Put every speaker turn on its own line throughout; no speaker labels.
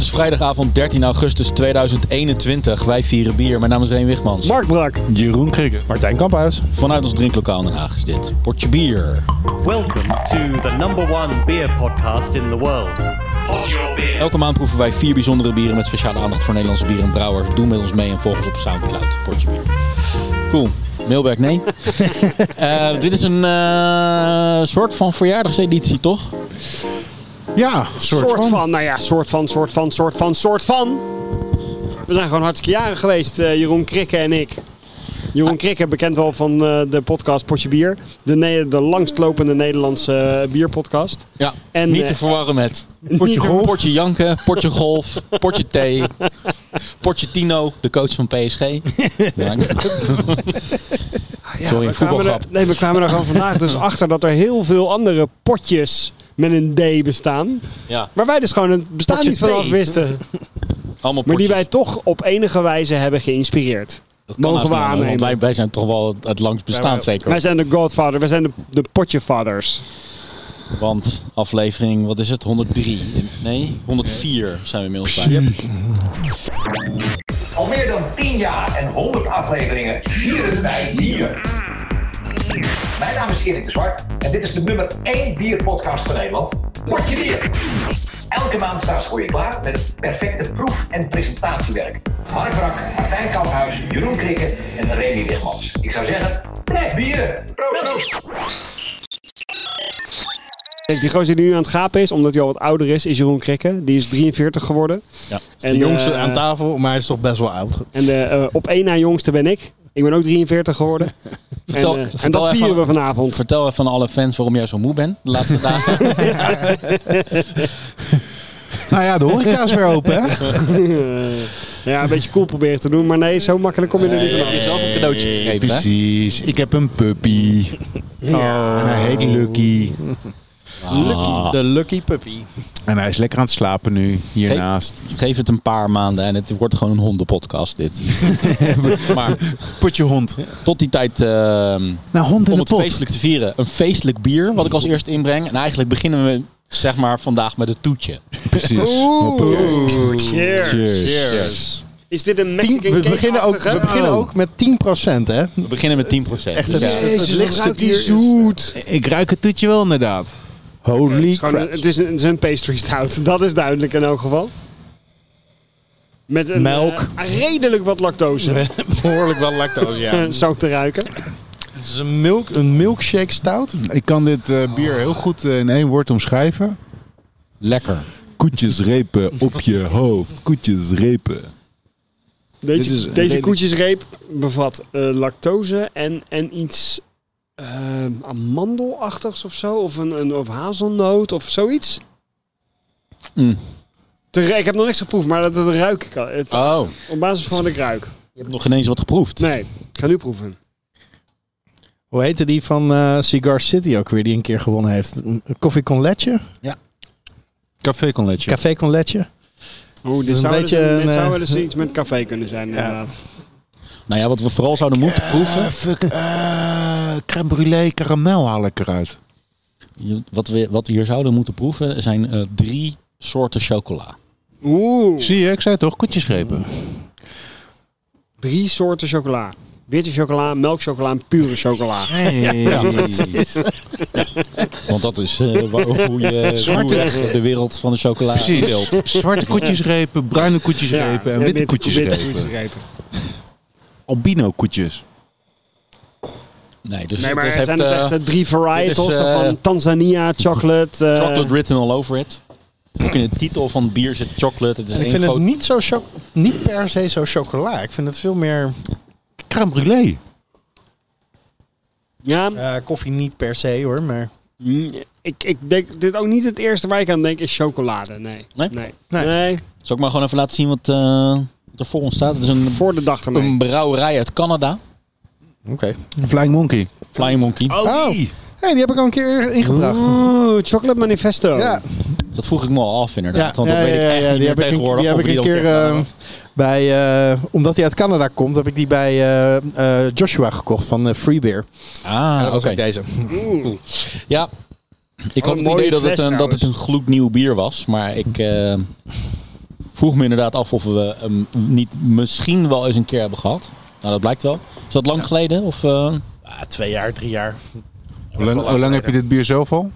vrijdagavond 13 augustus 2021. Wij vieren bier. Mijn naam is Reen Wichmans.
Mark Brak.
Jeroen Krikken.
Martijn Kamphuis.
Vanuit ons drinklokaal in Den Haag is dit. Portje bier.
Welcome to the number one beer podcast in the world. Pod your beer.
Elke maand proeven wij vier bijzondere bieren met speciale aandacht voor Nederlandse bieren en brouwers. Doe met ons mee en volg ons op Soundcloud. Portje bier. Cool. Mailwerk, nee. Eh, dit is een eh, soort van verjaardagseditie, toch?
Ja,
Soort, van. Nou ja, soort van, soort van, soort van, soort van. We zijn gewoon hartstikke jaren geweest, eh, Jeroen Krikke en ik. Jeroen Krikke, bekend wel van eh, de podcast Potje Bier. De, ne- de langstlopende Nederlandse eh, bierpodcast.
Ja.
En,
Niet
eh,
te verwarren met
Niet een pot-
Portje Janken, Portje Golf, Portje Thee, Portje Tino, de coach van PSG. Ja,
Ja,
Sorry,
we
een
kwamen
voetbalgrap.
er- Nee, we kwamen er gewoon vandaag dus achter dat er heel veel andere potjes met een D bestaan.
ja.
Maar wij dus gewoon het bestaan
Potje
niet vanaf
thee.
wisten.
allemaal
Maar
potjes.
die wij toch op enige wijze hebben geïnspireerd.
Dat kan
mogen we
haast niet meer, want
aannemen.
Wij, wij zijn toch wel het langst bestaand zeker.
Wij zijn de Godfather, wij zijn de, de potjefathers.
Want aflevering, wat is het? 103? Nee, 104 zijn we inmiddels bij.
Al meer dan 10 jaar en 100 afleveringen vieren wij bier. Mijn naam is Erik de Zwart en dit is de nummer 1 bierpodcast van Nederland. Word je bier! Elke maand staan ze voor je klaar met perfecte proef- en presentatiewerk. Mark Brak, Martijn Kamphuis, Jeroen Krikke en Remy Wigmans. Ik zou zeggen, blijf bieren! Proost!
Kijk, die gozer die nu aan het gapen is, omdat hij al wat ouder is, is Jeroen Krikke. Die is 43 geworden.
Ja.
En,
de jongste
eh,
aan tafel, maar hij is toch best wel oud.
En de eh, op één na jongste ben ik. Ik ben ook 43 geworden.
Vertel-
en, eh, en
vertel
dat
even-
vieren we vanavond.
Vertel even aan alle fans waarom jij zo moe bent de laatste dagen.
Nou ja, de horeca is weer open, hè?
Eh, Ja, een beetje cool proberen te doen, maar nee, zo makkelijk kom je er niet vanaf.
zelf een cadeautje gegeven, hè?
Eh, Precies. Ik heb een puppy. En hij heet Lucky.
Ah.
De Lucky puppy. En hij is lekker aan het slapen nu, hiernaast.
Geef het een paar maanden en het wordt gewoon een hondenpodcast dit. maar
Put je hond.
tot die tijd, ehm,
Nou, hond in
om
de
het
pot.
feestelijk te vieren, een feestelijk bier wat ik als eerst inbreng. En eigenlijk beginnen we zeg maar vandaag met het toetje.
Precies.
Oeh, cheers.
Cheers.
Is dit een
Tien-
Mexican Oh.
we beginnen, ook, we beginnen ook met 10%, hè?
We beginnen met 10%.
Echt
dus
het,
ja.
het, het lichtste bier is-
zoet.
Ik ruik het toetje wel, inderdaad.
Het
Holy
is, gewoon,
crap.
het, is een, het is een pastry stout, dat is duidelijk in elk geval. Met een,
Melk.
eh, redelijk wat lactose,
Behoorlijk wel lactose, ja.
zo te ruiken.
Het is een, milk, een milkshake stout.
Ik kan dit eh, bier heel goed eh, in één woord omschrijven.
Lekker.
Koetjesrepen op je hoofd. Koetjesrepen.
Deze,
Dit is
deze
een redelijk-
koetjesreep bevat eh, lactose en, en iets eh, amandelachtigs of zo. Of, een, een, of hazelnoot of zoiets.
Mm.
Te- ik heb nog niks geproefd, maar dat, dat ruik ik al. Het-
Oh,
Op basis van wat ik ruik.
je hebt nog geen eens wat geproefd.
Nee, ik ga nu proeven.
Hoe heette die van eh, Cigar City ook weer, die een keer gewonnen heeft? Koffie con leche?
Café con leche.
Café con leche?
Oeh, dit
is een
zou, wel eens-
beetje
dit
een,
zou
eh,
wel eens iets met café kunnen zijn, inderdaad.
Nou ja, wat we vooral zouden moeten proeven.
fuck. eh, crème brûlée karamel haal ik eruit.
Je- Wat we, wat we hier zouden moeten proeven zijn eh, drie soorten chocola.
Oeh,
Zie je, ik zei toch, koetjesrepen.
drie soorten chocola. Witte chocola, melkchocola en pure chocola.
Ja.
Want dat is eh, waar- hoe je ruwweg de wereld van de chocola
Precies.
wilt.
Zwarte koetjesrepen, bruine koetjesrepen en witte
Witte
koetjesrepen.
koetjesrepen.
Albino koetjes.
Nee, dus
Nee, maar
dus
er zijn
heeft,
het
eh,
echt eh, drie varietals
dit is, eh,
van Tanzania, chocolate. eh,
chocolate written all over it. Ook in de titel van het bier zit chocolate. Het is
Ik
één
vind
groot...
het niet, zo cho- niet per se zo chocola. Ik vind het veel meer
Crème brûlée.
Ja,
eh, koffie niet per se hoor, maar
mm, ik, ik denk dit ook niet het eerste waar ik aan denk is chocolade. Nee.
Nee?
Nee.
Nee.
Nee,
Zal ik maar gewoon even laten zien wat, eh, wat er voor ons staat? Het is een,
Voor de dag ermee.
een brouwerij uit Canada.
oké.
Flying Monkey.
Flying Monkey.
Oh. Hey, die heb ik al een keer ingebracht.
Oeh, chocolate manifesto.
Ja,
Dat vroeg ik me al af inderdaad. want dat
ja,
weet ik
ja,
echt
ja,
niet
die
meer
heb ik een-
tegenwoordig.
Die heb
of
ik een
die
keer
dan
eh, bij, eh, omdat hij uit Canada komt, heb ik die bij eh, eh, Joshua gekocht van eh, Free Beer.
Ah, oké.
dat was ook deze.
Oeh.
Ja. Ik
Wat
had
een
het idee
mooie
dat het,
fles
een, dat het
trouwens.
een gloednieuw bier was, maar ik eh, vroeg me inderdaad af of we hem niet misschien wel eens een keer hebben gehad. Nou, dat blijkt wel. Is dat lang geleden? Of, eh,
Ah, twee jaar, drie jaar.
Hoe lang, hoe lang heb je dit bier zelf al?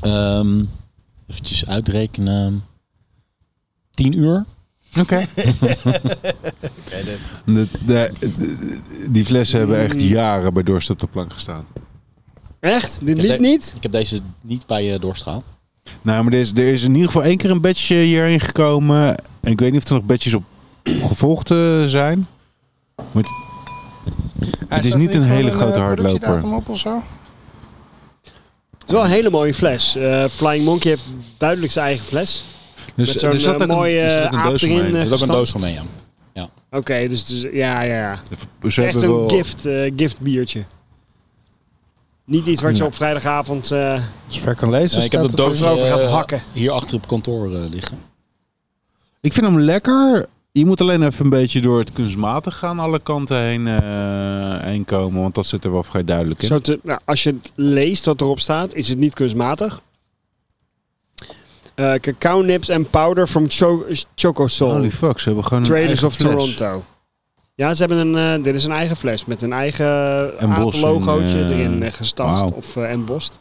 ehm eventjes uitrekenen. 10 uur?
Oké. De- de- de- die flessen hebben echt jaren bij Dorst op de plank gestaan.
Echt? Dit
Ik heb
lied
de-
niet?
Ik heb deze niet bij eh, je doorstraal.
Nou, maar er is, er is in ieder geval één keer een badge eh, hierheen gekomen. En ik weet niet of er nog badges op gevolgd eh, zijn. Maar het, het is niet een hele grote hardloper.
Op of zo?
Het is wel een hele mooie fles. Eh, Flying Monkey heeft duidelijk zijn eigen fles.
Dus
Met zo'n,
er zat
eh,
ook een,
mooie,
er zat een
eh,
doos
aap erin,
omheen.
Er
eh.
is ook een
Verstand.
doos van mee, ja.
Oké, dus, dus ja, ja, ja.
Dus we
Het is echt
hebben
een
wel-
gift, eh, gift biertje. Niet iets wat je
Nee.
op vrijdagavond eh
Als je ver kan lezen.
Ja, ik heb
staat
dat
het
doos
er
erover gaat
eh,
hakken.
hier achter op kantoor eh, liggen.
Ik vind hem lekker. Je moet alleen even een beetje door het kunstmatig gaan alle kanten heen, eh, heen komen. Want dat zit er wel vrij duidelijk in.
Zo te- nou, als je het leest wat erop staat, is het niet kunstmatig. Eh cacao nips and powder from Cho Chocosol.
Holy fuck, ze hebben gewoon een
Traders
eigen
of
fles.
Toronto. Ja, ze hebben een, eh, dit is een eigen fles met een eigen
En bos
apenlogootje
en, eh,
erin eh, gestanst
wauw.
of eh embossed.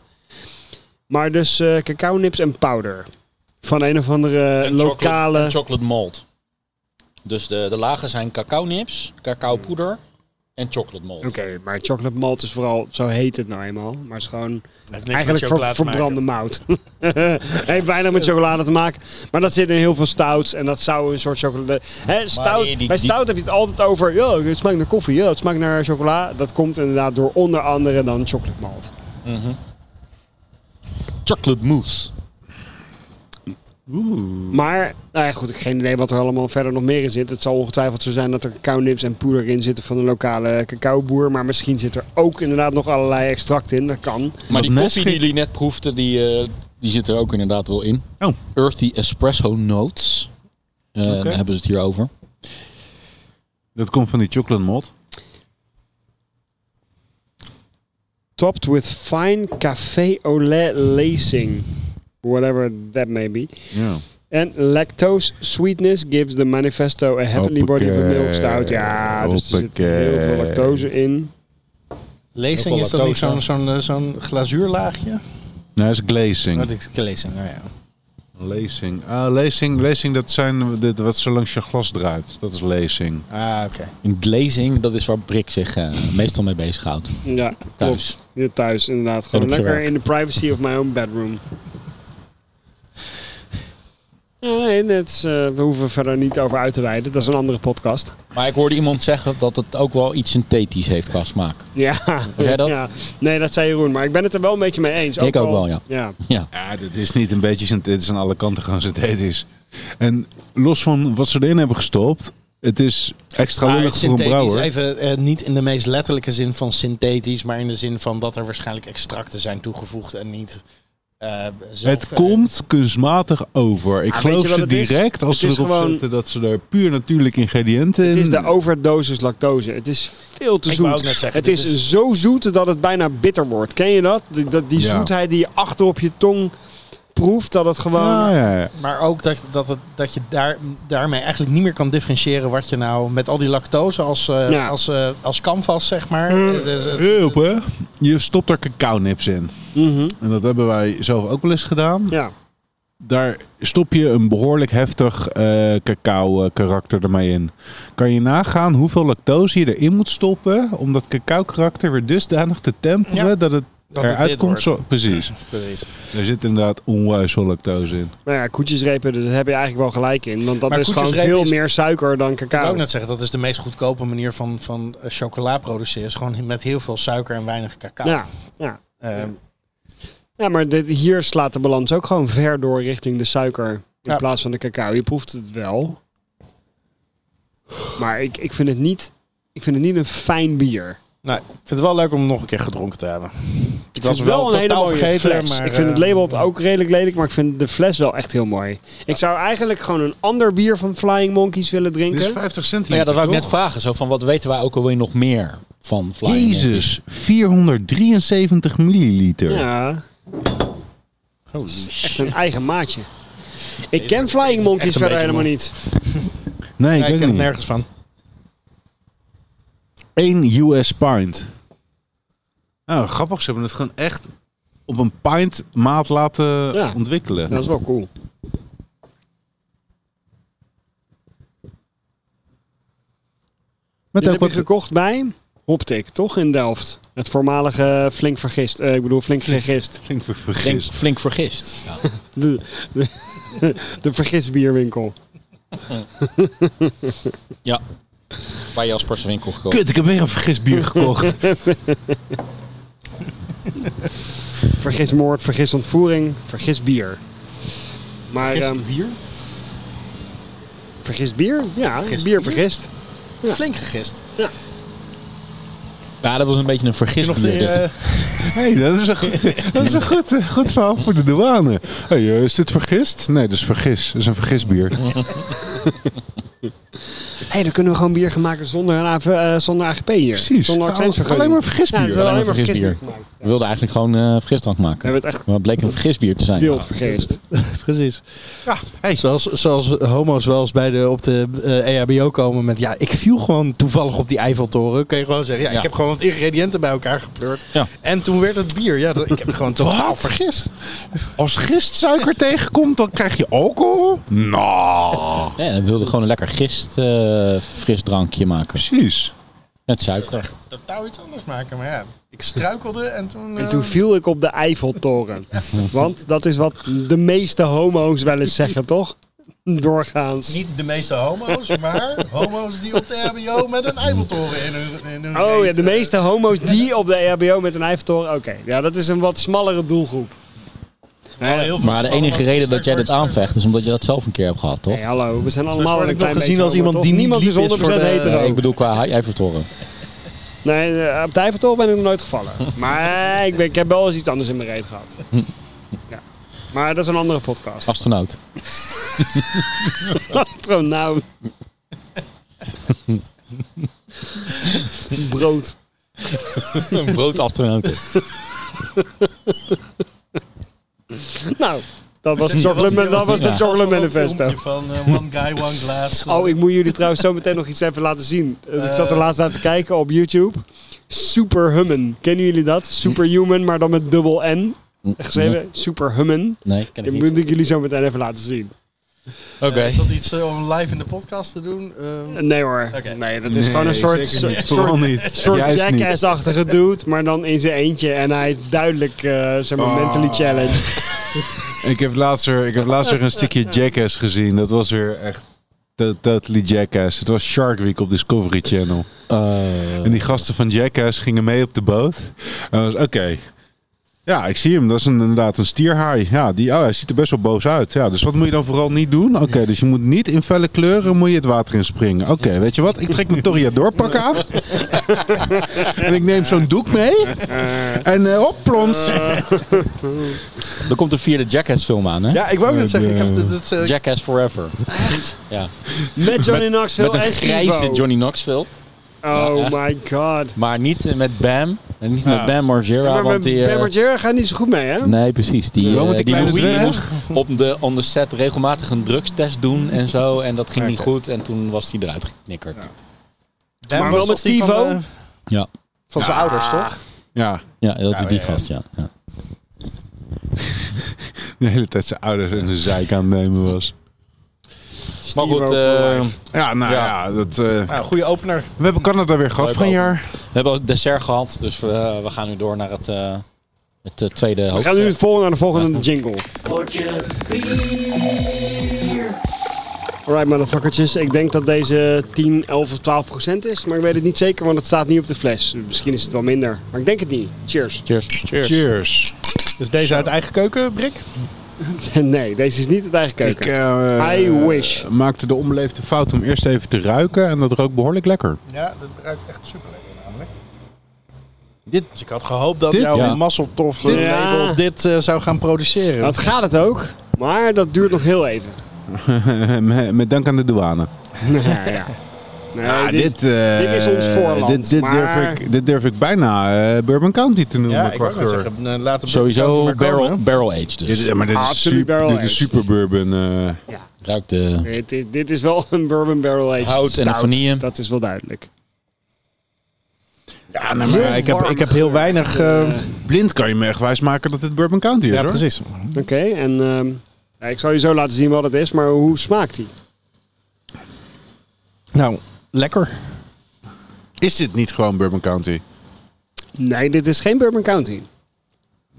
Maar dus eh cacao nips en powder. Van een of andere
En chocolate,
Eh, lokale...
en chocolate malt. Dus de, de lagen zijn cacao nips, cacao poeder en chocolate malt.
Oké, maar chocolate malt is vooral, zo heet het nou eenmaal. Maar het is gewoon
Het heeft niks
eigenlijk
met
ver-
chocolade te maken.
verbrande mout. Heeft weinig met chocolade te maken. Maar dat zit in heel veel stouts. En dat zou een soort chocolade. Hè, stout,
die- die-
bij stout heb je het altijd over. Yo, het smaakt naar koffie. Yo, het smaakt naar chocola. Dat komt inderdaad door onder andere dan chocolate malt.
Chocolate mousse.
Maar, nou ja, goed, ik heb geen idee wat er allemaal verder nog meer in zit. Het zal ongetwijfeld zo zijn dat er cacao-nips en poeder in zitten van een lokale cacaoboer. Maar misschien zit er ook inderdaad nog allerlei extract in. Dat kan.
Maar die
Nesquik-
koffie die jullie net proefden, die, eh, die zit er ook inderdaad wel in.
Oh.
Earthy espresso notes. Eh, Daar hebben ze het hier over.
Dat komt van die chocolate malt.
topped with fine café au lait lacing, whatever that may be.
Ja.
And lactose sweetness gives the manifesto a heavenly body of a milk stout. Ja, dus er zit
Hoppakee.
heel veel lactose in.
Heel
Lezing
veel
is dat niet zo'n
lactose,
zo'n eh, zo'n glazuurlaagje?
Nou, dat is
Oh,
Oh,
glazing.
Wat ik lezing, nou ja.
Lezing. Ah, lezing, lezing, dat zijn dit, wat zo langs je glas draait. Dat is lezing.
Ah, oké.
Een glazing, dat is waar Brik zich eh, meestal mee bezighoudt.
Ja,
Thuis.
klopt. Ja, thuis inderdaad. Gewoon
op je
lekker
werk.
in de privacy of my own bedroom. Ja, nee, dat is, eh, we hoeven verder niet over uit te wijden. Dat is een andere podcast.
Maar ik hoorde iemand zeggen dat het ook wel iets synthetisch heeft qua smaak.
Ja.
jij dat?
Ja. Nee, dat zei Jeroen. Maar ik ben het er wel een beetje mee eens.
Ik ook
al-
wel, ja.
ja.
Ja, dit is niet een beetje, zin- dit is aan alle kanten gaan synthetisch. En los van wat ze erin hebben gestopt, het is extra
Maar
lullig voor een
Ah, synthetisch,
brouwer.
even eh, niet in de meest letterlijke zin van synthetisch, maar in de zin van dat er waarschijnlijk extracten zijn toegevoegd en niet. eh, zelf,
Het
eh,
komt kunstmatig over. Ik
Ah, weet
geloof
je wat
ze
het is?
direct als ze
Het is
erop
gewoon-
zetten dat ze er puur natuurlijke ingrediënten in...
Het is de overdosis lactose. Het is veel te
Ik
zoet.
wou ook net zeggen, dus-
het
dit
is,
is-
zo zoet dat het bijna bitter wordt. Ken je dat? Die, dat, die
Ja.
zoetheid die je achter op je tong proeft, dat het gewoon...
Ja, ja, ja.
Maar ook dat, dat, het, dat je daar, daarmee eigenlijk niet meer kan differentiëren wat je nou met al die lactose als, eh,
Ja. Mm.
als, eh, als canvas, zeg maar. Het is- het-
Hup, hè? Je stopt er cacao-nips in.
Mhm.
En dat hebben wij zelf ook wel eens gedaan.
Ja.
Daar stop je een behoorlijk heftig eh cacao-karakter ermee in. Kan je nagaan hoeveel lactose je erin moet stoppen om dat cacao-karakter weer dusdanig te temperen
Ja,
dat het
dat het
eruit
dit
komt?
wordt.
Zo, precies.
Precies.
Er zit inderdaad onwijs veel lactose in.
Nou ja, koetjesrepen, daar heb je eigenlijk wel gelijk in. Want dat
Maar
is gewoon
koetjesrepen
veel
is-
meer suiker dan
Ik wil
cacao.
ook net zeggen, dat is de meest goedkope manier van, van eh, chocola produceren. Is gewoon met heel veel suiker en weinig cacao.
Ja, ja.
Ehm,
ja maar dit, hier slaat de balans ook gewoon ver door richting de suiker. In
Ja.
plaats van de cacao. Je proeft het wel. Maar ik, ik, vind het niet, ik vind het niet een fijn bier.
nou, ik vind het wel leuk om hem nog een keer gedronken te hebben. Ik
Ik
was
vind het
hem
wel
wel
een hele
totaal
mooie
vergeten,
fles.
maar...
ik vind het
eh,
label ook redelijk lelijk, maar ik vind de fles wel echt heel mooi. Ik zou eigenlijk gewoon een ander bier van Flying Monkeys willen
Dit is
drinken.
50
Maar
centimeter,
Nou ja, dat wou ik net
toch?
vragen. Zo van, wat weten wij ook alweer nog meer van Flying Monkeys?
Jezus, 473 milliliter.
Ja,
holy shit.
echt een eigen maatje. Ik ken Flying Monkeys
Echt een
verder
beetje
helemaal
moe.
niet.
Nee, ik
Nee, ik
weet
ken
het
er
niet.
nergens van.
1 US pint. Nou, grappig. Ze hebben het gewoon echt op een pint maat laten
Ja.
ontwikkelen.
Dat is wel cool. Dit
Met ook
heb je
wat
gekocht bij Hoptic, toch? In Delft. Het voormalige Flink Vergist. Eh, ik bedoel Flink Gegist.
Flink ver-
Flink,
vergist.
flink vergist. Ja.
De, de, de vergisbierwinkel.
ja. Bij Jasper's winkel gekocht.
Kut, ik heb weer een vergist bier gekocht.
Vergismoord, vergisontvoering, vergisbier. Maar, ehm, vergist bier? Vergist bier? Ja, bier
bier?
vergist.
Flink gegist.
Ja, dat was een beetje een vergis
Die,
bier. dit.
eh,
hey, dat is een, go- dat is een goed, eh, goed verhaal voor de douane. Hey, eh, is dit vergist? Nee, dat is vergis. Dat is een vergisbier.
Hé, dan kunnen we gewoon bier gaan maken zonder, een AV, eh, zonder AGP hier.
Precies.
Zonder
Al-
accijnsvergunning.
alleen maar
Ja,
vergisbier.
we hebben alleen maar
Alleen maar
vergisbier
vergisbier.
gemaakt.
We wilden eigenlijk gewoon eh vergisdrank
We
maken.
hebben het echt
Maar het bleek een vergisbier te zijn.
wild vergist.
precies.
Ja, hey.
Zoals, zoals homo's wel eens bij de, op de eh, EHBO komen met... Ja, ik viel gewoon toevallig op die Eiffeltoren. Kun je gewoon zeggen, ja,
Ja.
ik heb gewoon wat ingrediënten bij elkaar gepleurd.
Ja.
En toen werd het bier. Ja, dat, ik heb het gewoon
Oh,
totaal vergist.
Ah, Als gistsuiker tegenkomt, dan krijg je alcohol? Nou,
Ja, we wilden gewoon een lekker gist eh, frisdrankje maken.
precies.
Met suiker.
Totaal iets anders maken, maar ja. Ik struikelde en toen...
En
eh,
toen viel ik op de Eiffeltoren. Want dat is wat de meeste homo's wel eens zeggen, toch? Doorgaans.
Niet de meeste homo's, maar homo's die op de E RBO met een Eiffeltoren in hun, in hun
Oh
reet,
ja, de
eh,
meeste homo's die op de E EHBO met een Eiffeltoren. Oké, ja, dat is een wat smallere doelgroep.
wel heel veel
Maar de
spannend,
enige
want
reden dat jij dit
straks-
aanvecht is omdat je dat zelf een keer hebt gehad, toch?
Hey, hallo, we zijn
Straks
allemaal
word
wel een
ik nog
klein beetje
gezien als
homo,
iemand
toch?
die niet
Niemand
lief
is
is voor
100%
de-
hetero.
Nee,
Eh, Ik bedoel qua Eiffeltoren.
Nee, eh, op de Eiffeltoren ben ik nog nooit gevallen. Maar ik, ben, ik heb wel eens iets anders in mijn reet gehad. Ja. Maar dat is een andere podcast.
Astronaut.
Astronaut. Brood.
Een broodastronaut.
Nou, dat was,
Ja,
chocolate,
was-
man- dat was
ja.
de Chocolate
filmpje
Manifesto.
Van eh, One Guy, One Glass.
Oh, ik moet jullie trouwens zo meteen nog iets even laten zien. Eh, Ik zat er
Eh.
laatst aan te kijken op YouTube. Superhuman. Kennen jullie dat? Superhuman, maar dan met dubbel N. Geschreven Superhuman.
Nee, ken ik
Dat
niet.
moet ik jullie zo meteen even laten zien.
Oké.
Eh, Is dat iets eh, om live in de podcast te doen? Eh,
Eh, Nee hoor.
Oké.
Nee, dat is gewoon een soort, soort, soort,
Vooral niet.
soort
Juist niet.
jackass-achtige dude, maar dan in zijn eentje. En hij is duidelijk, eh, zeg
Oh.
maar,
Ah.
mentally challenged.
Ik heb laatst weer, ik heb laatst weer een stukje Jackass gezien. Dat was weer echt to- totally Jackass. Het was Shark Week op Discovery Channel. En die gasten van Jackass gingen mee op de boot. En was oké. Ja, ik zie hem. Dat is een, inderdaad een stierhaai. Ja, die, oh, hij ziet er best wel boos uit. Ja, dus wat moet je dan vooral niet doen? Oké, dus je moet niet in felle kleuren moet je het water in springen. Oké, weet je wat? Ik trek mijn Toriador-pak aan. en ik neem zo'n doek mee. En eh hop, plons.
Er komt een vierde Jackass film aan, hè?
ja, ik wou net zeggen. Ik heb
eh,
dit, dit, eh,
Jackass Forever. Ja.
Met Johnny Knoxville
Met een
en
grijze
Steve-O.
Johnny Knoxville.
Oh
Ja,
my god.
Maar niet eh, met Bam. En niet met Bam Margera.
maar
want
met
die, eh,
Ben Margera gaat niet zo goed mee, hè?
Nee, precies. Die,
Wel
eh,
met die
die
kleine
moest, die
wielen.
moest op de, on the set regelmatig een drugstest doen en zo. En dat ging niet goed. En toen was hij eruit geknikkerd.
maar
Dan was
wel met
dat die van,
Steve-O?
eh,
Ja.
Van zijn ouders, toch?
Ja,
Ja, dat is die
ja, ja.
gast, ja. ja.
de hele tijd zijn ouders en zijn zeik aan het nemen was.
Maar
Steve-O
goed,
voor
eh,
life.
Ja, nou ja,
Ja.
dat, eh,
Nou, goede opener.
we hebben Canada weer gehad
Leuk
van een
open.
jaar.
we hebben ook dessert gehad. Dus we, we gaan nu door naar het, eh, het eh, tweede
We
hoofd.
gaan nu het volgende naar de volgende jingle. Alright, motherfuckertjes. Ik denk dat deze 10, 11 of 12 procent is. Maar ik weet het niet zeker, want het staat niet op de fles. Misschien is het wel minder. Maar ik denk het niet. Cheers.
Cheers.
Cheers.
Dus deze uit eigen keuken, Brik.
nee, deze is niet het eigen
Ik
keuken.
eh,
I wish.
maakte de onbeleefde fout om eerst even te ruiken en dat rookt behoorlijk lekker.
Ja, dat ruikt echt super lekker namelijk.
Dit-
dus ik had gehoopt dat
Dit-
jouw
Ja.
Masseltof
Dit-
eh, label dit eh, zou gaan produceren.
Dat gaat het ook, maar dat duurt nog heel even.
Met dank aan de douane.
Nou ja. Nee,
Ja,
dit,
dit, eh,
dit is ons voorland,
Dit, dit,
maar-
durf, ik, dit durf ik bijna eh, Bourbon County te noemen.
Ja, ik
qua
wou net
geur.
zeggen, eh, laat het kant
Sowieso
maar komen.
barrel, barrel aged dus.
Dit, is- maar dit is,
Absoluut
super,
barrel
dit is
aged.
super bourbon. eh.
Ruikt de...
dit, is- dit is wel een bourbon barrel aged
Hout en
stout.
vanille.
Dat is wel duidelijk.
Ja, nee, maar ik, heb, ik heb heel
Heel weinig... eh,
blind kan je me echt wijsmaken dat dit Bourbon County is
ja,
hoor.
precies.
Oké, en ehm, ja, ik zal je zo laten zien wat het is, maar hoe smaakt die?
Nou, lekker.
Is dit niet gewoon Bourbon County?
Nee, dit is geen Bourbon County.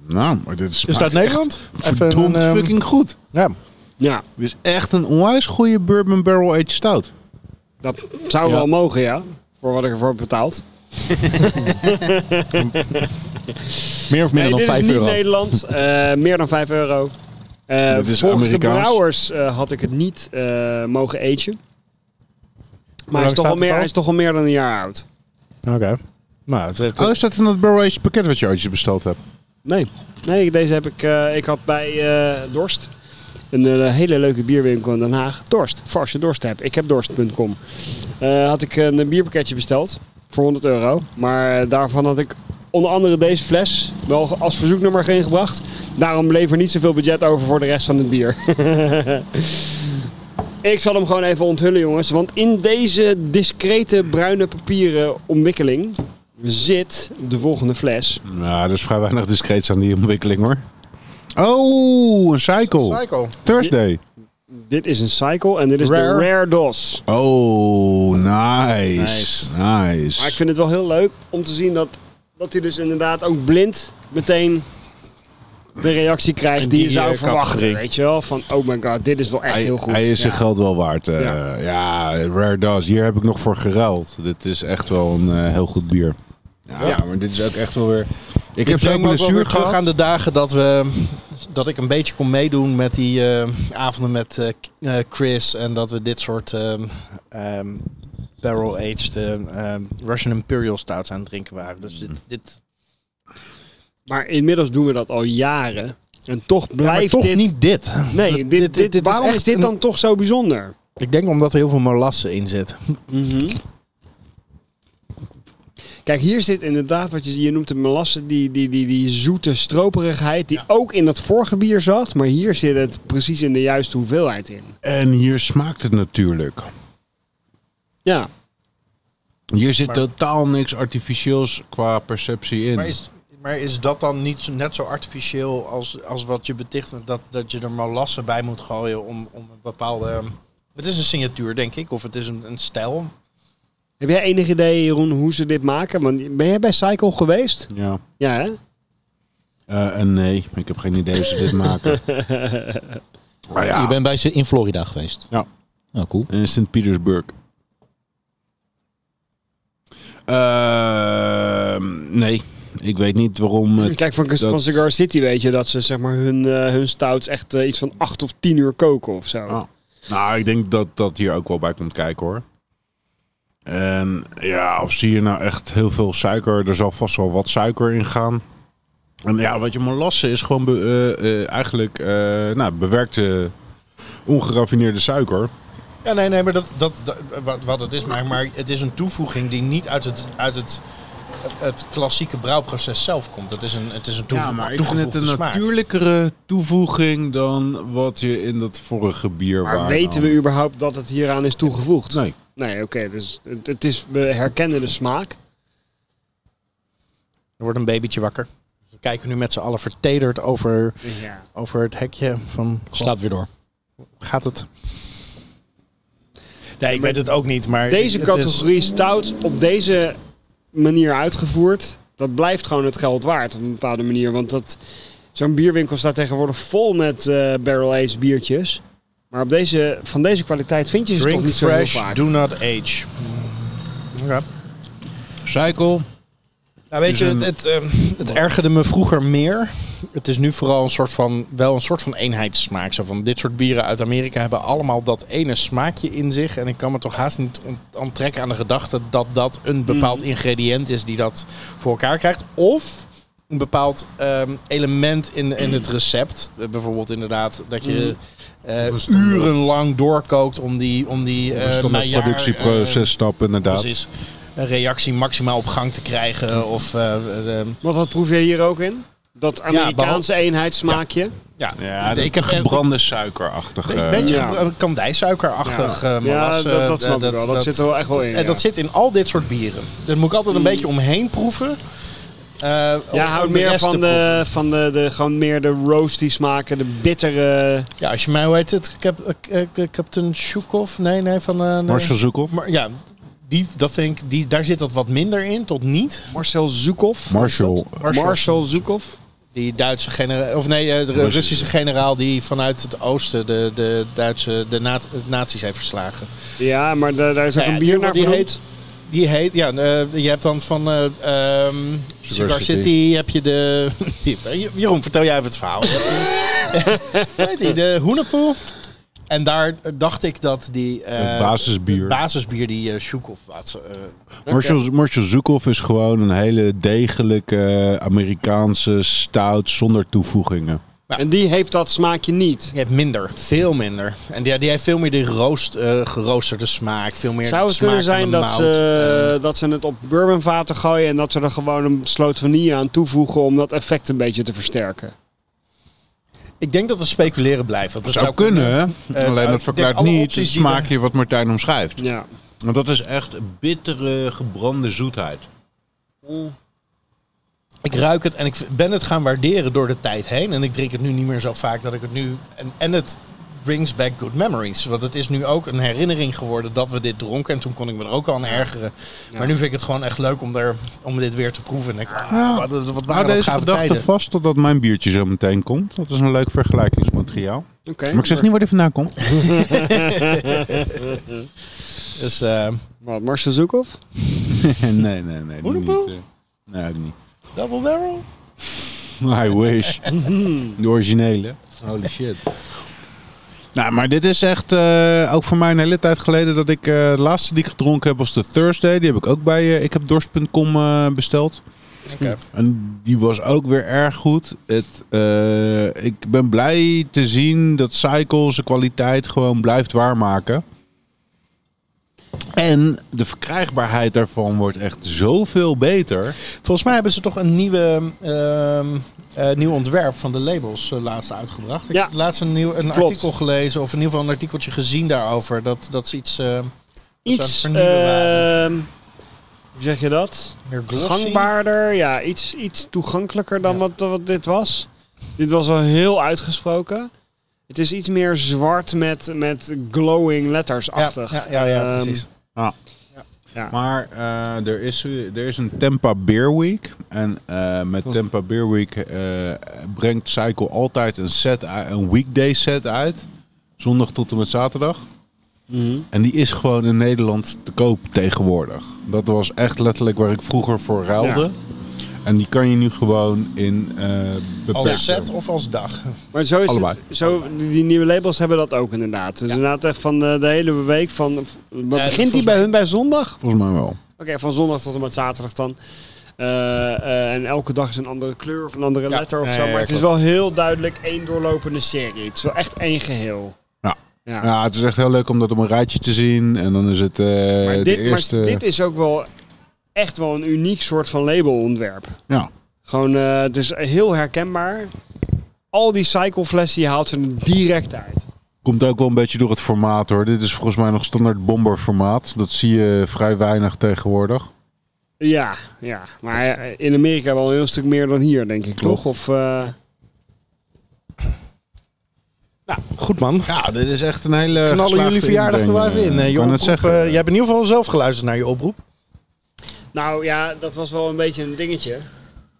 Nou, maar dit is
Is het uit Nederland?
Verdomd
een, ehm,
fucking goed.
Ja,
Ja,
Dit is echt een onwijs goede Bourbon Barrel Aged Stout.
dat zou
Ja.
wel mogen, ja. Voor wat ik ervoor heb betaald.
Meer of minder
nee,
dan
dit
5
is niet
euro.
Nederland. Eh, meer dan 5 euro. Eh,
Dat is
volgens
Amerikaans.
de brouwers eh, had ik het niet eh, mogen eten. Maar hij is,
staat
toch al
het
meer,
al?
hij is toch al meer dan een jaar oud.
oké. Nou, het, het-
Oh, is dat in dat Barrel Aged pakket wat je ooit besteld hebt?
Nee. Nee, deze heb ik. eh, ik had bij eh, Dorst. Een eh, hele leuke bierwinkel in Den Haag. Dorst. Voor als je dorst hebt. Ik heb dorst.com. Eh, had ik een, bierpakketje besteld. Voor 100 euro. Maar eh, daarvan had ik onder andere deze fles. Wel ge- als verzoeknummer geen gebracht. Daarom bleef er niet zoveel budget over voor de rest van het bier. ik zal hem gewoon even onthullen, jongens. Want in deze discrete bruine papieren omwikkeling. Zit de volgende fles.
Nou, er is vrij weinig discreets aan die ontwikkeling hoor. Oh, een cycle.
Cycle.
Thursday.
Dit is een cycle en dit is de
Rare.
Rare DOS.
Oh, nice.
Maar ik
Nice.
vind het wel heel leuk om te zien dat, dat hij dus inderdaad ook blind meteen de reactie krijgt
In
die,
die,
je zou
eh,
verwachten.
categorie.
Weet je wel? Van oh my god, dit is wel echt
Hij,
heel goed.
hij is zijn
Ja.
geld wel waard. eh,
Ja.
ja. Rare Does. Hier heb ik nog voor geruild. Dit is echt wel een eh, heel goed bier. Ja, maar dit is ook echt wel weer... Ik heb zo'n
Ik denk ook wel weer
blessure
terug
gehad.
aan de dagen dat we dat ik een beetje kon meedoen met die eh, avonden met eh, K- eh, Chris en dat we dit soort ehm, ehm, barrel-aged eh, ehm, Russian Imperial stouts aan het drinken waren. Dus dit, dit
Maar inmiddels doen we dat al jaren. En toch blijft
toch
dit...
niet dit.
Nee, dit, dit,
dit is
waarom is,
echt
dit
een-
dan toch zo bijzonder?
Ik denk omdat er heel veel molasse in zit.
Kijk, hier zit inderdaad wat je, je noemt de melasse, die, die, die, die zoete stroperigheid, die ook in dat vorige bier zat. Maar hier zit het precies in de juiste hoeveelheid in.
En hier smaakt het natuurlijk.
Ja.
Hier zit totaal niks artificieels qua perceptie in.
Maar is, maar is dat dan niet zo- net zo artificieel als, als wat je beticht dat, dat je er molasse bij moet gooien om, om een bepaalde... ehm, Het is een signatuur, denk ik, of het is een, een stijl.
Heb jij enig idee, Jeroen, hoe ze dit maken? Want ben jij bij Cycle geweest?
Ja.
Ja, hè?
Eh, en nee, ik heb geen idee hoe ze dit maken. maar
Je
ja,
bent bij ze in Florida geweest.
Ja.
Nou, cool.
in Sint-Petersburg. Ehm, nee, ik weet niet waarom het...
Kijk, van, van
dat-
Cigar City weet je dat ze zeg maar, hun, eh, hun stouts echt eh, iets van acht of tien uur koken of zo.
Ah. Nou, ik denk dat dat hier ook wel bij komt kijken hoor. En ja, of zie je nou echt heel veel suiker? Er zal vast wel wat suiker in gaan. En ja, wat je molasse is gewoon be- eh, eh, eigenlijk eh, nou, bewerkte ongeraffineerde suiker.
Ja, nee, nee, maar dat, dat, dat- wat, wat het is, maar, maar het is een toevoeging die niet uit het, uit het, het klassieke brouwproces zelf komt. Het is een, het is een toevo-
Ja, maar ik vind
toegevoegde
het een
smaak.
natuurlijkere toevoeging dan wat je in dat vorige bier
Maar weten we überhaupt dat het hieraan is toegevoegd?
Nee.
Nee, oké. dus het, het is, we herkennen de smaak.
Er wordt een babytje wakker. We kijken nu met z'n allen vertederd over,
Ja.
over het hekje van...
Slaap weer door.
Gaat het? Nee, ik weet het ook niet, maar...
Deze
het is-
categorie stout op deze manier uitgevoerd, dat blijft gewoon het geld waard op een bepaalde manier. Want dat, zo'n bierwinkel staat tegenwoordig vol met eh barrel-aged biertjes. Maar op deze, van deze kwaliteit vind je ze
Drink
toch niet zo heel
fresh,
vaak.
do not age. Ja.
Cycle.
Nou weet je, het, het, ehm, het ergerde me vroeger meer. Het is nu vooral een soort van, wel een soort van eenheidssmaak. Zo van dit soort bieren uit Amerika hebben allemaal dat ene smaakje in zich. En ik kan me toch haast niet ont-
Mhm.
onttrekken aan de gedachte dat dat een bepaald ingrediënt is die dat voor elkaar krijgt. Of een bepaald ehm, element in, in het recept. Eh, bijvoorbeeld inderdaad dat je
Mhm.
eh, urenlang doorkookt om die, om die eh,
is dan een
maillard, eh,
productieproces stap inderdaad.
precies. Een reactie maximaal op gang te krijgen. Of, eh, eh,
Want wat proef je hier ook in? Dat Amerikaanse eenheidssmaakje.
ja,
Ja,
ik
ik
heb
heb
geen-
gebrande suikerachtig.
Een beetje
Eh, Ja.
een kandijsuikerachtig eh,
Ja,
moeras.
dat,
eh,
dat snap ik wel. Dat, zit er wel echt wel in.
En
ja. Hmm.
dat zit in al dit soort bieren. Daar moet ik altijd een beetje omheen proeven. eh, om-
Ja,
om
houdt
de
meer
rest te
van,
proeven.
de, van de, de, gewoon meer de roasty smaken, de bittere...
Ja, als je mij, hoe heet het? Cap, eh, eh, Captain Shukov? Nee, nee, van... eh, nee.
Marcel Zoekhoff.
Maar, ja, die, dat vind ik, die, daar zit dat wat minder in, tot niet.
Marcel Zukov.
Marshall.
Marshall.
Zukov.
Die Duitse generaal, of nee, eh, de
Russisch.
Russische generaal die vanuit het oosten de, de Duitse, de na, nazi's heeft verslagen.
Ja, maar daar, daar is ook
Nou ja,
een bier
die-
naar
die
vernoemd.
heet, die heet, ja, eh, je hebt dan van eh ehm, Cigar City.
City.
heb je de... die- eh, Jeroen, vertel jij even het verhaal. Weet je, de Hoenepoel. En daar dacht ik dat die... eh,
Het basisbier.
het basisbier die eh Sjoekhoff had. eh,
Marshall, Marshall Zoekhoff is gewoon een hele degelijke Amerikaanse stout zonder toevoegingen.
En die heeft dat smaakje niet.
die heeft minder, veel minder. En die, die heeft veel meer die roost, eh, geroosterde smaak. Veel meer
Zou
de
het
smaak
kunnen
van
zijn
de
dat
mout.
ze, eh, dat ze het op bourbonvaten gooien en dat ze er gewoon een sloot vanille aan toevoegen om dat effect een beetje te versterken?
Ik denk dat we speculeren blijven. want Dat,
Zou kunnen,
Eh,
alleen
nou,
dat
ik denk
verklaart
alle
niet
opties
het
die we-
smaakje wat Martijn omschrijft.
Ja.
Want dat is echt bittere, gebrande zoetheid.
Ik ruik het en ik ben het gaan waarderen door de tijd heen. En ik drink het nu niet meer zo vaak dat ik het nu. En, en het brings back good memories. Want het is nu ook een herinnering geworden dat we dit dronken. En toen kon ik me er ook al aan ergeren. Maar nu vind ik het gewoon echt leuk om, er, om dit weer te proeven. En ik, ah, wat, wat waren
Hou
dat
Nou, deze
gave
gedachte
tijden.
vast totdat mijn biertje zo meteen komt. Dat is een leuk vergelijkingsmateriaal.
Oké.
Maar ik zeg niet waar die vandaan komt.
Dus, eh,
Wat, Marcel Zukov?
nee, nee, nee. die
Hoenepoel?
niet, eh. Nee, ook niet.
double barrel?
I wish. De originele. Holy shit. Nou, maar dit is echt eh, ook voor mij een hele tijd geleden dat ik... eh, de laatste die ik gedronken heb was de Thursday. Die heb ik ook bij eh, ikhebdorst.com eh, besteld.
Oké.
En die was ook weer erg goed. Het, eh, ik ben blij te zien dat Cycle zijn kwaliteit gewoon blijft waarmaken. En de verkrijgbaarheid daarvan wordt echt zoveel beter.
Volgens mij hebben ze toch een nieuwe, ehm, eh, nieuw ontwerp van de labels eh, laatst uitgebracht. Ik
Ja.
heb laatst een, nieuw, een
Klopt.
artikel gelezen, of in ieder geval een artikeltje gezien daarover. Dat, dat ze iets eh,
Iets,
aan het vernieuwen waren.
ehm, hoe zeg je dat?
meer glossy.
Gangbaarder, ja, iets, iets toegankelijker dan wat, wat dit was. Dit was al heel uitgesproken. Het is iets meer zwart met, met glowing letters-achtig.
Ja, ja, ja, ja,
Ehm,
precies.
Maar eh, er, is, er is een Tampa Beer Week. En eh,
Oh.
met Tampa Beer Week eh, brengt Cycle altijd een, set, ui- een weekday set uit. Zondag tot en met zaterdag.
Mhm.
En die is gewoon in Nederland te koop tegenwoordig. Dat was echt letterlijk waar ik vroeger voor ruilde.
Ja.
En die kan je nu gewoon in eh beperkte-
Als set of als dag.
Maar zo is
Allebei.
het. Zo, die nieuwe labels hebben dat ook inderdaad. Dus inderdaad echt van de, de hele week van... Maar
Ja,
begint die
volgens
bij
mij-
hun bij zondag?
Volgens mij wel.
Oké, van zondag tot en met zaterdag dan. Eh, eh, en elke dag is een andere kleur of een andere
Ja.
letter of
Ja,
zo.
ja,
Maar
ja,
het is
klopt.
wel heel duidelijk één doorlopende serie. Het is wel echt één geheel.
Ja.
ja.
Ja, het is echt heel leuk om dat op een rijtje te zien. En dan is het eh,
maar,
de
dit,
eerste...
maar dit is ook wel echt wel een uniek soort van labelontwerp.
Ja.
Gewoon, eh, het is heel herkenbaar. Al die cycleflessen, je haalt ze er direct uit.
Komt ook wel een beetje door het formaat hoor. Dit is volgens mij nog standaard bomberformaat. Dat zie je vrij weinig tegenwoordig.
Ja, ja. Maar eh, in Amerika wel een heel stuk meer dan hier, denk ik, toch? Of, eh,
Nou, goed man.
Ja, dit is echt een hele.
Knallen jullie verjaardag er wel even in. eh, je
kan
oproep,
het zeggen.
eh, jij hebt in ieder geval zelf geluisterd naar je oproep.
Nou ja, dat was wel een beetje een dingetje.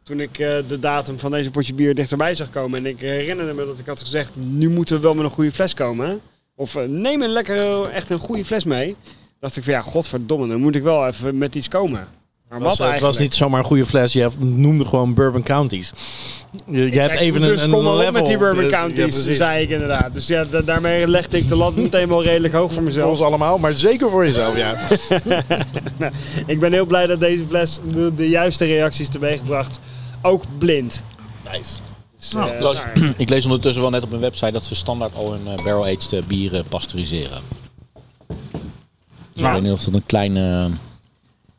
Toen ik eh, de datum van deze potje bier dichterbij zag komen. En ik herinnerde me dat ik had gezegd, nu moeten we wel met een goede fles komen. hè? Of eh, neem een lekkere, echt een goede fles mee. Dacht ik van ja, godverdomme, dan moet ik wel even met iets komen. Maar wat
Was, eh, het
eigenlijk?
was niet zomaar een goede fles. Je hebt- noemde gewoon Bourbon Counties. Je, je hebt
Exact,
even
dus
een, een
kom maar op
level.
met die Bourbon
Dus- ja,
Counties,
precies.
zei ik inderdaad. Dus ja, da- daarmee legde ik de lat meteen wel redelijk hoog voor
Voor
mezelf.
ons allemaal, maar zeker voor jezelf, ja.
Ik ben heel blij dat deze fles de, de juiste reacties teweegbracht. Ook blind.
Nice. eh,
Nou,
Ik las- ik lees ondertussen wel net op een website dat ze standaard al hun eh, barrel-aged eh, bieren pasteuriseren. Dus ik weet niet of dat een kleine...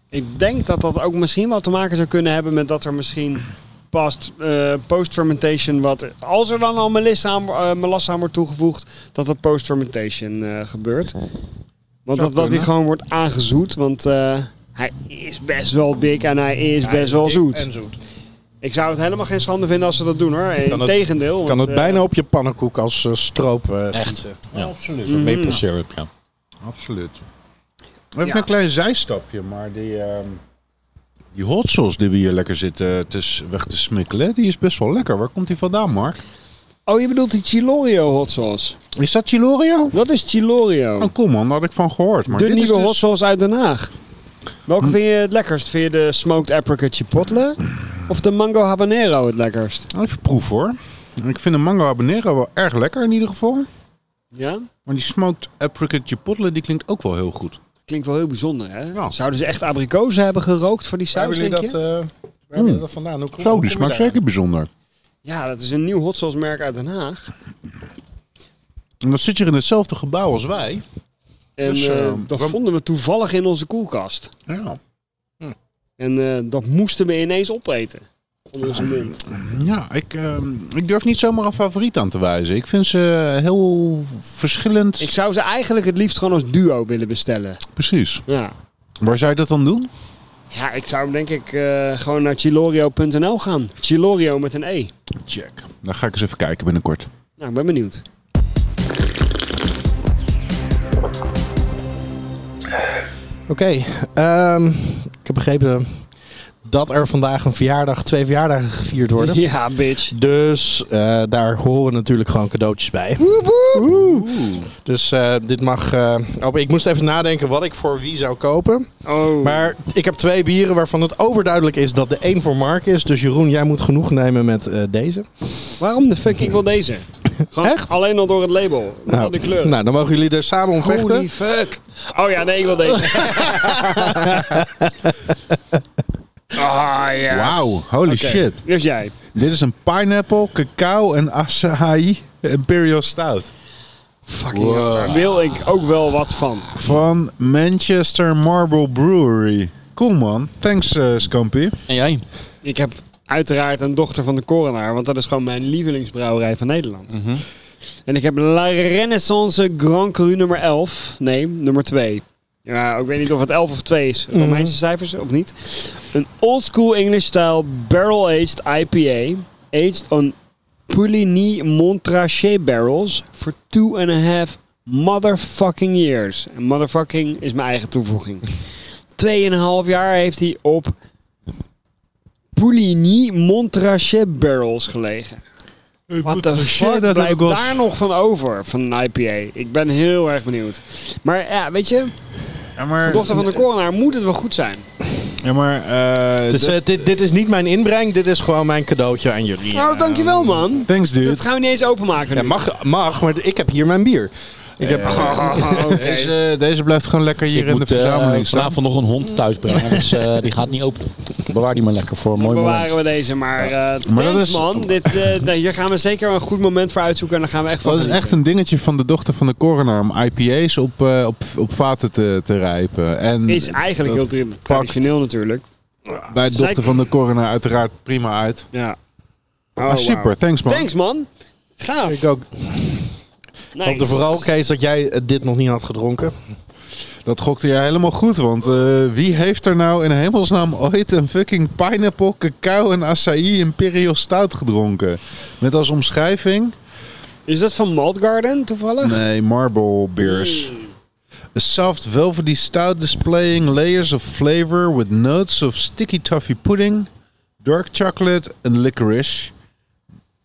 Ik denk dat dat ook misschien wel te maken zou kunnen hebben met dat er misschien past eh, post-fermentation wat... Als er dan al melissa aan, eh, melasse aan wordt toegevoegd, dat dat post-fermentation eh, gebeurt. Want dat, dat hij
kunnen.
gewoon wordt aangezoet, want eh, hij is best wel dik en hij is best wel zoet.
En zoet.
Ik zou het helemaal geen schande vinden als ze dat doen hoor.
het-
Integendeel.
Kan
want,
het bijna
eh,
op je pannenkoek als eh, stroop eh
Echt.
gieten.
Ja.
Absoluut.
Een soort maple
Mm.
syrup, ja.
Absoluut. Even
Ja.
een klein zijstapje, maar die, ehm, die hot sauce die we hier lekker zitten te s- weg te smikkelen, die is best wel lekker. Waar komt die vandaan, Mark?
Oh, je bedoelt die Chilorio hot sauce.
Is dat Chilorio?
Dat is Chilorio.
Oh, kom man, daar had ik van gehoord. Maar
de
dit
nieuwe
is dus- Hm.
hot sauce uit Den Haag. Welke vind je het lekkerst? Vind je de smoked apricot chipotle? Of de mango habanero het lekkerst?
Even proeven hoor. Ik vind de mango habanero wel erg lekker in ieder geval.
Ja?
Maar die smoked apricot chipotle, die klinkt ook wel heel goed.
Klinkt wel heel bijzonder, hè?
Ja.
Zouden ze echt abrikozen hebben gerookt voor die
Hebben
saus,
jullie
denk
dat,
je?
eh waar hebben jullie dat vandaan? Hoe, hoe
Zo,
kom
die
je
smaakt
daar?
zeker bijzonder. eh,
Ja, dat is een nieuw hot sauce merk uit Den Haag.
En dat zit hier in hetzelfde gebouw als wij.
En
Dus,
eh,
eh,
dat
we-
vonden we toevallig in onze koelkast.
Ja.
En eh, dat moesten we ineens opeten. Onder onze
Ah,
munt.
Ja, ik, ehm, ik durf niet zomaar een favoriet aan te wijzen. Ik vind ze heel verschillend.
Ik zou ze eigenlijk het liefst gewoon als duo willen bestellen.
Precies.
Ja.
Waar zou je dat dan doen?
Ja, ik zou denk ik eh, gewoon naar chilorio.nl gaan. Chilorio met een E.
Check. Dan ga ik eens even kijken binnenkort.
Nou, ik ben benieuwd.
Oké, ehm, ik heb begrepen dat er vandaag een verjaardag, twee verjaardagen gevierd worden.
Ja, bitch.
Dus eh, daar horen natuurlijk gewoon cadeautjes bij. Woe. Dus eh, dit mag. eh, oh, ik moest even nadenken wat ik voor wie zou kopen.
Oh.
Maar ik heb twee bieren waarvan het overduidelijk is dat de één voor Mark is. Dus Jeroen, jij moet genoegen nemen met eh, deze.
Waarom de fuck? Ik wil deze. Gewoon
Echt?
Alleen al door het label. Door de kleur.
nou, dan mogen jullie er samen om vechten.
Holy fuck. Oh ja, nee, ik wil deze. Ah ja.
Wauw, holy shit.
Dus jij.
Dit is een pineapple, cacao en acai imperial stout.
Fucking Daar wil ik ook wel wat van.
Van Manchester Marble Brewery. Cool man. Thanks eh Scampy.
En jij?
Ik heb uiteraard een dochter van de korenaar, want dat is gewoon mijn lievelingsbrouwerij van Nederland. En ik heb La Renaissance Grand Cru nummer 11. Nee, nummer 2. Ja, ik weet niet of het 11 of 2 is. Romeinse cijfers of niet. Een old school English style barrel aged IPA. Aged on Pouligny Montrachet barrels for two and a half motherfucking years. En motherfucking is mijn eigen toevoeging. Tweeënhalf jaar heeft hij op Pouligny Montrachet barrels gelegen. Wat de fuck
dat heb
blijft
ik wel eens-
daar nog van over, van een IPA? Ik ben heel erg benieuwd. Maar ja, weet je,
Ja, maar,
dochter van de coronaar moet het wel goed zijn.
ja, maar eh,
Dus
d-
eh, dit, dit is niet mijn inbreng, dit is gewoon mijn cadeautje aan jullie. Eh,
Nou, dankjewel man.
thanks dude.
Dat gaan we niet eens openmaken
Ja,
nu.
mag, mag, maar ik heb hier mijn bier. Ik heb,
Oh, oké.
Deze, deze blijft gewoon lekker hier
Ik
in
moet
de
eh,
verzameling staan.
vanavond nog een hond thuis brengen, anders eh, die gaat niet open. Bewaar die maar lekker voor een
Dan
mooi moment.
bewaren we deze, maar, eh
Maar dat
thanks
is-
man. Dit, eh, nee, hier gaan we zeker een goed moment voor uitzoeken en dan gaan we echt van
Dat is
genieten.
echt een dingetje van de dochter van de coroner om IPA's op, eh, op, op vaten te, te rijpen. En
Is eigenlijk heel
dat
tra- traditioneel natuurlijk.
bij de dochter van de coroner uiteraard prima uit.
Ja.
maar super, thanks man.
Oh, Thanks man. Gaaf.
ik ook.
Nice.
Hoopte vooral, Kees, dat jij eh, dit nog niet had gedronken.
Dat gokte jij helemaal goed, want eh, wie heeft er nou in hemelsnaam ooit een fucking pineapple, cacao en acai imperial stout gedronken? Met als omschrijving,
Is dat van Malt Garden toevallig?
nee, marble beers. A soft velvety stout displaying layers of flavor with notes of sticky toffee pudding, dark chocolate and licorice.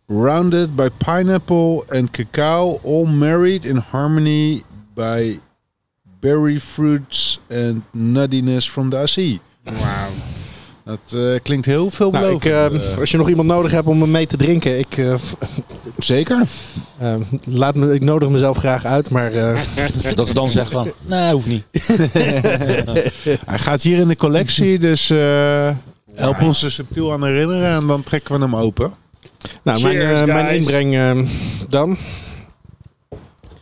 Rounded by pineapple and cacao, all married in harmony by berry fruits and nuttiness from the sea. Wauw. Dat eh, klinkt heel
Nou,
veelbelovend.
ik, eh, als je nog iemand nodig hebt om me mee te drinken, ik, eh, f-
Zeker.
eh, laat me, ik nodig mezelf graag uit. Maar eh,
Dat we dan zeggen van, nee, hoeft niet.
Hij gaat hier in de collectie, dus eh, Help ons er subtiel aan herinneren en dan trekken we hem open.
Nou, mijn,
Cheers,
eh, mijn
guys.
inbreng eh, dan.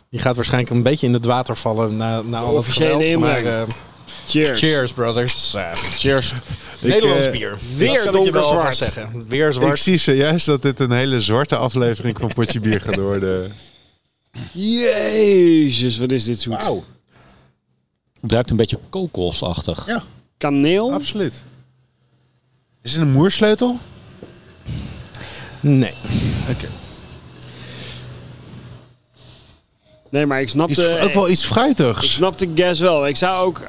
Je gaat waarschijnlijk een beetje in het water vallen na, na al het
officiële
geweld. Maar,
inbreng.
eh,
Cheers.
cheers, brothers. Eh,
Cheers.
Nederlands
eh,
bier.
weer
Dat kan ik je wel
donkerzwart.
alvast zeggen. Weer
Ik
zwart.
zie zojuist dat dit een hele zwarte aflevering van Potje Bier gaat worden.
Jezus, wat is dit zoet.
Het ruikt een beetje kokosachtig.
Ja,
Kaneel?
absoluut. Is het een moersleutel?
Nee.
Oké.
Nee, maar ik snap
Iets-
de,
Ook wel iets
ik
fruitigs.
snap de guess wel. Ik zou ook,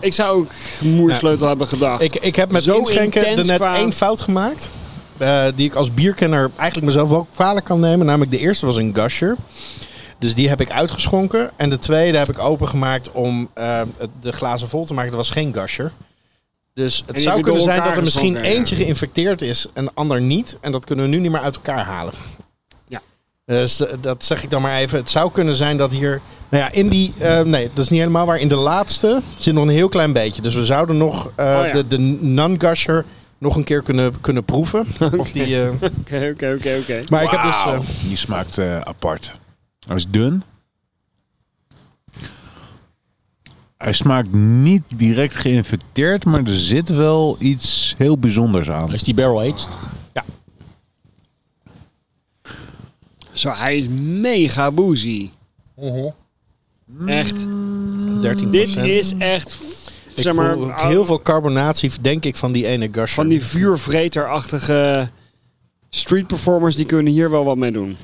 ik zou ook moersleutel hebben gedacht.
Ik, ik heb met
Zo
inschenken er
intens
net
qua-
één fout gemaakt. eh, die ik als bierkenner eigenlijk mezelf wel kwalijk kan nemen. Namelijk de eerste was een gusher. Dus die heb ik uitgeschonken. En de tweede heb ik opengemaakt om eh, het- de glazen vol te maken. Dat was geen gusher. Dus het
die
zou
heb je
kunnen
door
zijn dat
elkaar
er misschien
geschonken, ja.
eentje geïnfecteerd is en de ander niet. En dat kunnen we nu niet meer uit elkaar halen.
Ja.
Dus eh, dat zeg ik dan maar even. Het zou kunnen zijn dat hier. Nou ja, in die. eh, nee, dat is niet helemaal waar. In de laatste zit nog een heel klein beetje. Dus we zouden nog eh,
Oh, ja.
de, de non-gusher nog een keer kunnen, kunnen proeven. Of die, eh,
Oké, oké, oké, oké.
maar ik heb dus. eh,
Die smaakt eh, apart. Hij is dun. Hij smaakt niet direct geïnfecteerd, maar er zit wel iets heel bijzonders aan.
Is die barrel aged?
Zo, hij is mega boozy. Echt.
13
Dit is echt,
Ik
zeg maar, oh.
voel ook heel veel carbonatie, denk ik, van die ene gusher.
van die vuurvreterachtige street performers, die kunnen hier wel wat mee doen.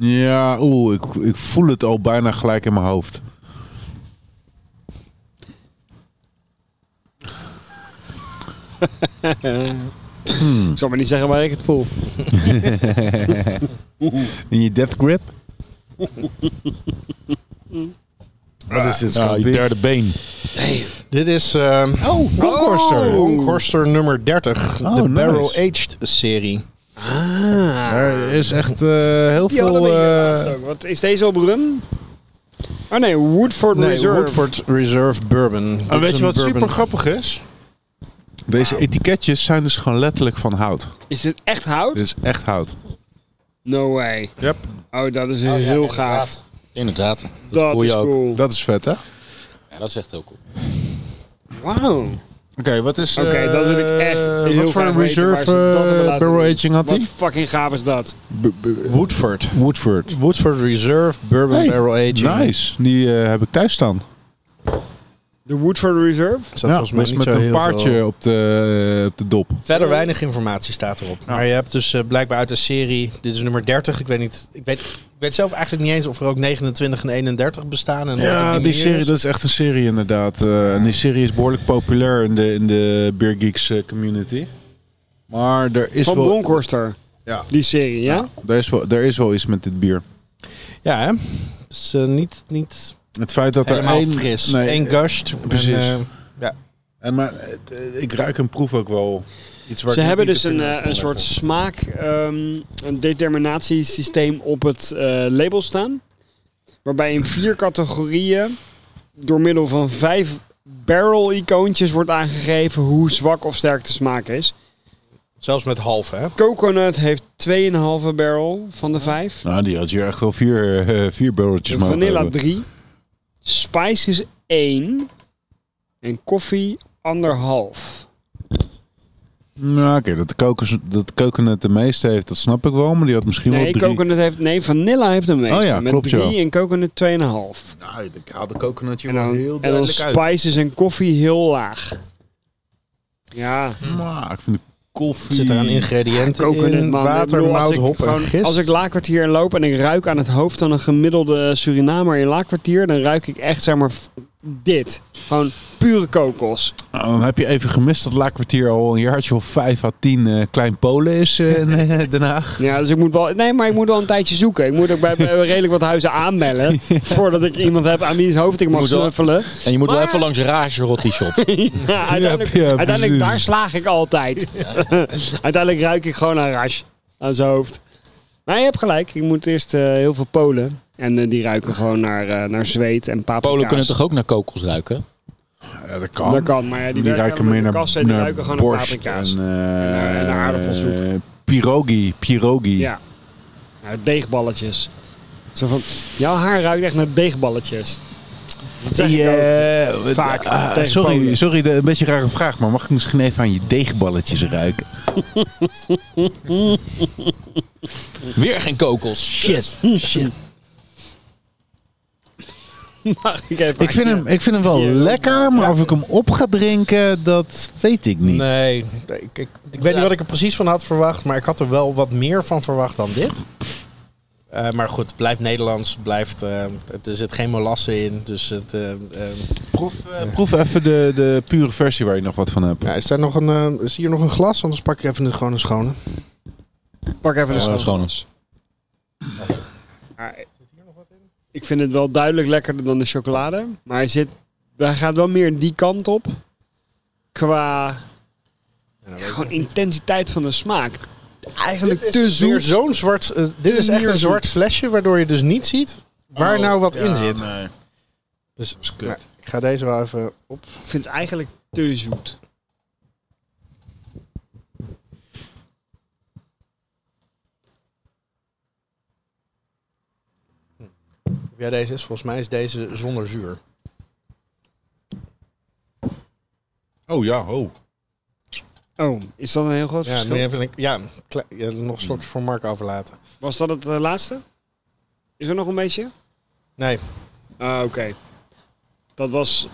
Ja, oeh, ik, ik voel het al bijna gelijk in mijn hoofd.
Ik zal maar niet zeggen waar ik het voel.
In je death grip? Wat is dit?
Ja, je derde been.
Dit is. eh oh, Bronkhorster. Bronkhorster nummer 30.
Oh,
de
nice.
Barrel Aged serie.
Er is echt eh, heel veel... eh,
Wat is deze op rum? Oh nee, Woodford
Nee,
Reserve. Ah,
Woodford Reserve Bourbon. Dit
Maar
is
weet je
een
wat
bourbon.
super grappig is? Deze etiketjes zijn dus gewoon letterlijk van hout.
Is dit echt hout?
Dit is echt hout.
No way.
Dus- Yep.
Oh, dat is heel gaaf.
Inderdaad. Dat,
Dat,
voel
is
je ook.
cool.
Dat is vet, hè? Oké,
Ja, dat is echt heel cool.
Wauw.
wat is...
Oké,
eh,
dat wil ik echt heel
Wat
graag
voor een
weten waar
reserve
ze dat hebben
eh,
laten
barrel
doen.
aging had
Wat
hij?
fucking gaaf is dat?
Woodford.
Woodford.
Woodford Reserve Bourbon
Hey,
Barrel Aging.
Nice. Die eh, heb ik thuis staan.
De Woodford Reserve?
Staat Dus volgens mij
was
niet
dus met
zo
een
heel
paardje
veel.
op de, eh, op de dop.
Verder weinig informatie staat erop. Maar je hebt dus eh, blijkbaar uit de serie, dit is nummer 30, ik weet niet, ik weet, ik weet zelf eigenlijk niet eens of er ook 29 en 31 bestaan. En of het
Ja,
niet
die
meer
serie,
is.
dat is echt een serie inderdaad. Eh, en die serie is behoorlijk populair in de, in de Beer Geeks eh, community. Maar er is,
Van
wel,
Bronkhorster.
Ja.
Die serie, ja?
er, is wel, er is wel iets met dit bier.
Ja, hè? Dus eh, niet, niet
Het feit dat er
helemaal
één...
fris.
Nee,
Eén gushed.
precies.
En, eh,
en maar het- eh, ik ruik en proef ook wel iets waar
Ze
ik
hebben
niet
dus
de
een,
vinger
eh,
op
een
kan
soort
leggen.
smaak, ehm, een determinatiesysteem op het eh, label staan. Waarbij in vier categorieën door middel van vijf barrel-icoontjes wordt aangegeven hoe zwak of sterk de smaak is.
zelfs met half, hè?
Coconut heeft 2,5 barrel van de vijf.
Nou, die had hier echt wel vier, eh vier barreltjes mogen
Vanilla
hebben.
3. Spice is 1. En koffie anderhalf.
Nou, oké, dat de kokos- dat coconut de meeste heeft, dat snap ik wel. Maar die had misschien wel
Nee,
drie.
coconut heeft, nee, vanilla heeft de meeste.
Oh ja,
met
klopt,
3
ja.
en coconut 2,5.
Nou, ik haal de coconut hier
En dan,
heel
en dan
duidelijk uit.
spices en koffie heel laag. Ja,
Maar ik vind de koffie...
Het zit aan ingrediënten in,
man. Ik
water,
bedoel, als
mout,
ik
hop en
gewoon-
gist.
Als ik Laakkwartier loop en ik ruik aan het hoofd van een gemiddelde Surinamer in Laakkwartier, dan ruik ik echt, zeg maar, f- dit. Gewoon pure kokos.
Nou, dan heb je even gemist dat Laakkwartier al een jaartje of vijf à tien eh, klein Polen is eh, in eh, Den Haag.
Ja, dus ik moet wel... Nee, maar ik moet wel een tijdje zoeken. Ik moet ook bij, bij redelijk wat huizen aanbellen, voordat ik iemand heb aan wiens hoofd ik mag
Moet wel-
snuffelen.
En je moet wel
Maar-
even langs Rage Rotti Shop.
Ja, uiteindelijk,
Ja, ja,
uiteindelijk
precies.
daar slaag ik altijd. uiteindelijk ruik ik gewoon aan Ras. Aan zijn hoofd. Maar je hebt gelijk. Ik moet eerst eh, heel veel Polen. En eh, die ruiken gewoon naar, eh, naar zweet en paprika's.
Polen kunnen toch ook naar kokos ruiken?
Ja, dat kan.
Dat kan, maar ja, die,
die
werken
ruiken
met
meer
de
naar,
kassen en die
naar
ruiken gewoon naar
borst
paprika's.
en, eh,
naar- en naar aardappelsoep.
Pierogi, pierogi.
Ja.
eh,
Nou, deegballetjes. Zo van, jouw haar ruikt echt naar deegballetjes. Dat zeg
eh,
ik nou? ook.
Yeah, wat-
Vaak,
ah,
tegen
sorry,
Polen.
sorry de- een beetje rare vraag, maar mag ik misschien even aan je deegballetjes ruiken?
Weer geen kokos.
Shit. shit.
Mag ik even
Ik, vind hem, ik vind hem wel
Ja.
lekker, maar of ik hem op ga drinken, dat weet ik niet.
Nee, ik, ik, ik weet niet wat ik er precies van had verwacht, maar ik had er wel wat meer van verwacht dan dit. Eh, maar goed, het blijft Nederlands, blijft, eh, het- er zit geen molassen in, dus het... eh, eh,
Proef, eh, proef even de, de pure versie waar je nog wat van hebt.
nou, is, daar nog een, eh, is hier nog een glas? Anders pak ik even een, gewoon een schone.
Pak even een
Uh,
schoon. Maar Ik vind het wel duidelijk lekkerder dan de chocolade. Maar hij, zit, hij gaat wel meer die kant op. Qua ja, gewoon intensiteit van de smaak. Eigenlijk te zoet.
Weer zo'n zwart, eh, dit is echt
Hier
een
zoet.
zwart flesje, waardoor je dus niet ziet waar
Oh,
nou wat in zit.
Dus,
Nou, ik ga deze wel even op.
Ik vind het eigenlijk te zoet.
Of Ja, deze is volgens mij is deze zonder zuur.
Oh ja, oh.
Oh, is dat een heel groot
Ja,
verschil?
nu even, een- ja, kle- ja, nog een slokje voor Mark overlaten.
Was dat het eh, laatste? Is er nog een beetje?
Nee,
Ah, oké. Dat was...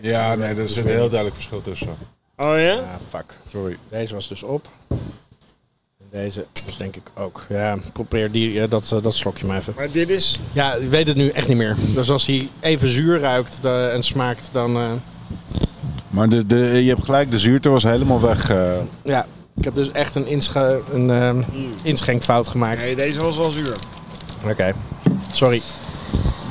Ja, nee, er zit een heel duidelijk verschil tussen.
Oh ja?
ah, fuck.
Sorry.
Deze was dus op. En Deze was denk ik ook. Ja, probeer die, eh, dat, eh, dat slokje maar even.
Maar dit is...
Ja, ik weet het nu echt niet meer. Dus als hij even zuur ruikt eh, en smaakt, dan... eh,
Maar de, de, je hebt gelijk, de zuurte was helemaal weg. eh.
ja, ik heb dus echt een, insche, een ehm, inschenkfout gemaakt.
Nee, deze was wel zuur.
Oké, sorry.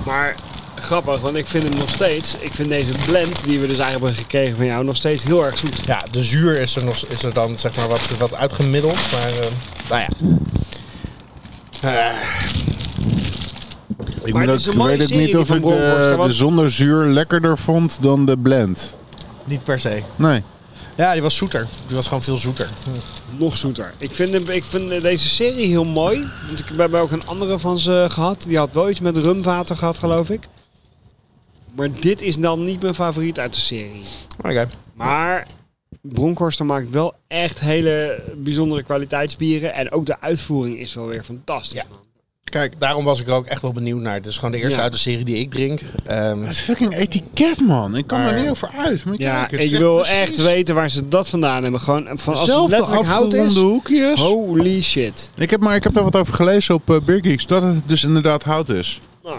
Maar grappig, want ik vind hem nog steeds... Ik vind deze blend die we dus eigenlijk hebben gekregen van jou nog steeds heel erg zoet.
Ja, de zuur is er, nog, is er dan zeg maar wat, wat uitgemiddeld, maar eh, nou ja.
Ik,
Maar
moet
het is
ook-
een mooie
weet ook
serie,
niet
die
of
van
ik
Bronkhorst, hè,
de,
want-
de zonder zuur lekkerder vond dan de blend.
Niet per se.
Nee.
Ja, die was zoeter. Die was gewoon veel zoeter.
Nog zoeter. Ik vind, hem- ik vind deze serie heel mooi. Want ik heb ook een andere van ze gehad. Die had wel iets met rumwater gehad, geloof ik. Maar dit is dan niet mijn favoriet uit de serie.
Oké.
Maar Bronkhorst maakt wel echt hele bijzondere kwaliteitsbieren. En ook de uitvoering is wel weer fantastisch.
Ja.
man.
Kijk, daarom was ik er ook echt wel benieuwd naar. Het is gewoon de eerste
Ja.
uit de serie die ik drink. Ehm,
Het is fucking etiket, man. Ik kan
Maar-
er niet over uit. Maar
Ja,
kijk, het
ik
zegt
wil
precies
echt weten waar ze dat vandaan hebben. Gewoon eh, van als het
Zelfde
letterlijk hout
afgeronde
is.
hoekjes.
Holy shit.
Ik heb, maar ik heb daar wat over gelezen op eh Beer Geeks, dat het dus inderdaad hout is.
Nou,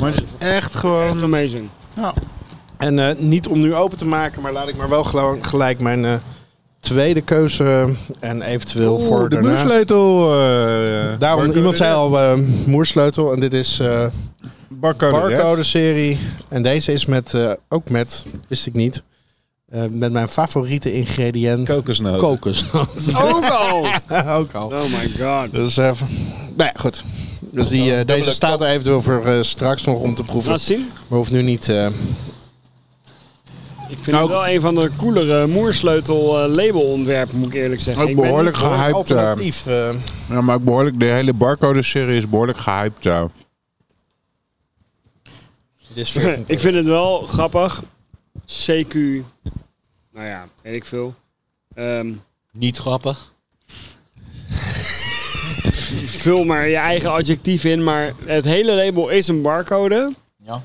Maar het is echt gewoon...
amazing.
Ja.
en eh, niet om nu open te maken, maar laat ik maar wel gewoon gelijk mijn eh, tweede keuze eh, en eventueel
Oeh,
voor
de
daarna.
muursleutel. eh,
Daarom,
barcode
iemand zei
red.
al eh, moersleutel en dit is eh
Barcode, red.
barcode serie. En deze is met, eh, ook met, wist ik niet, eh, met mijn favoriete ingrediënt.
Kokosnoot.
kokosnoot.
Ook al.
ook al.
Oh my god.
Dus eh, nou ja, goed. Dus die, eh, deze staat er eventueel voor eh, straks nog om te proeven.
Laat zien.
Maar hoeft nu niet. eh,
Ik vind
Nou,
het wel een van de coolere moersleutel eh, labelontwerpen, moet ik eerlijk zeggen.
Ook
Ik ben niet-
behoorlijk gehyped. eh.
alternatief. eh.
Ja, maar ook behoorlijk, de hele barcode-serie is behoorlijk gehyped. eh.
dit is 14.
ik vind het wel grappig. CQ, nou ja, weet ik veel. Ehm,
Niet grappig.
vul maar je eigen adjectief in, maar het hele label is een barcode.
Ja.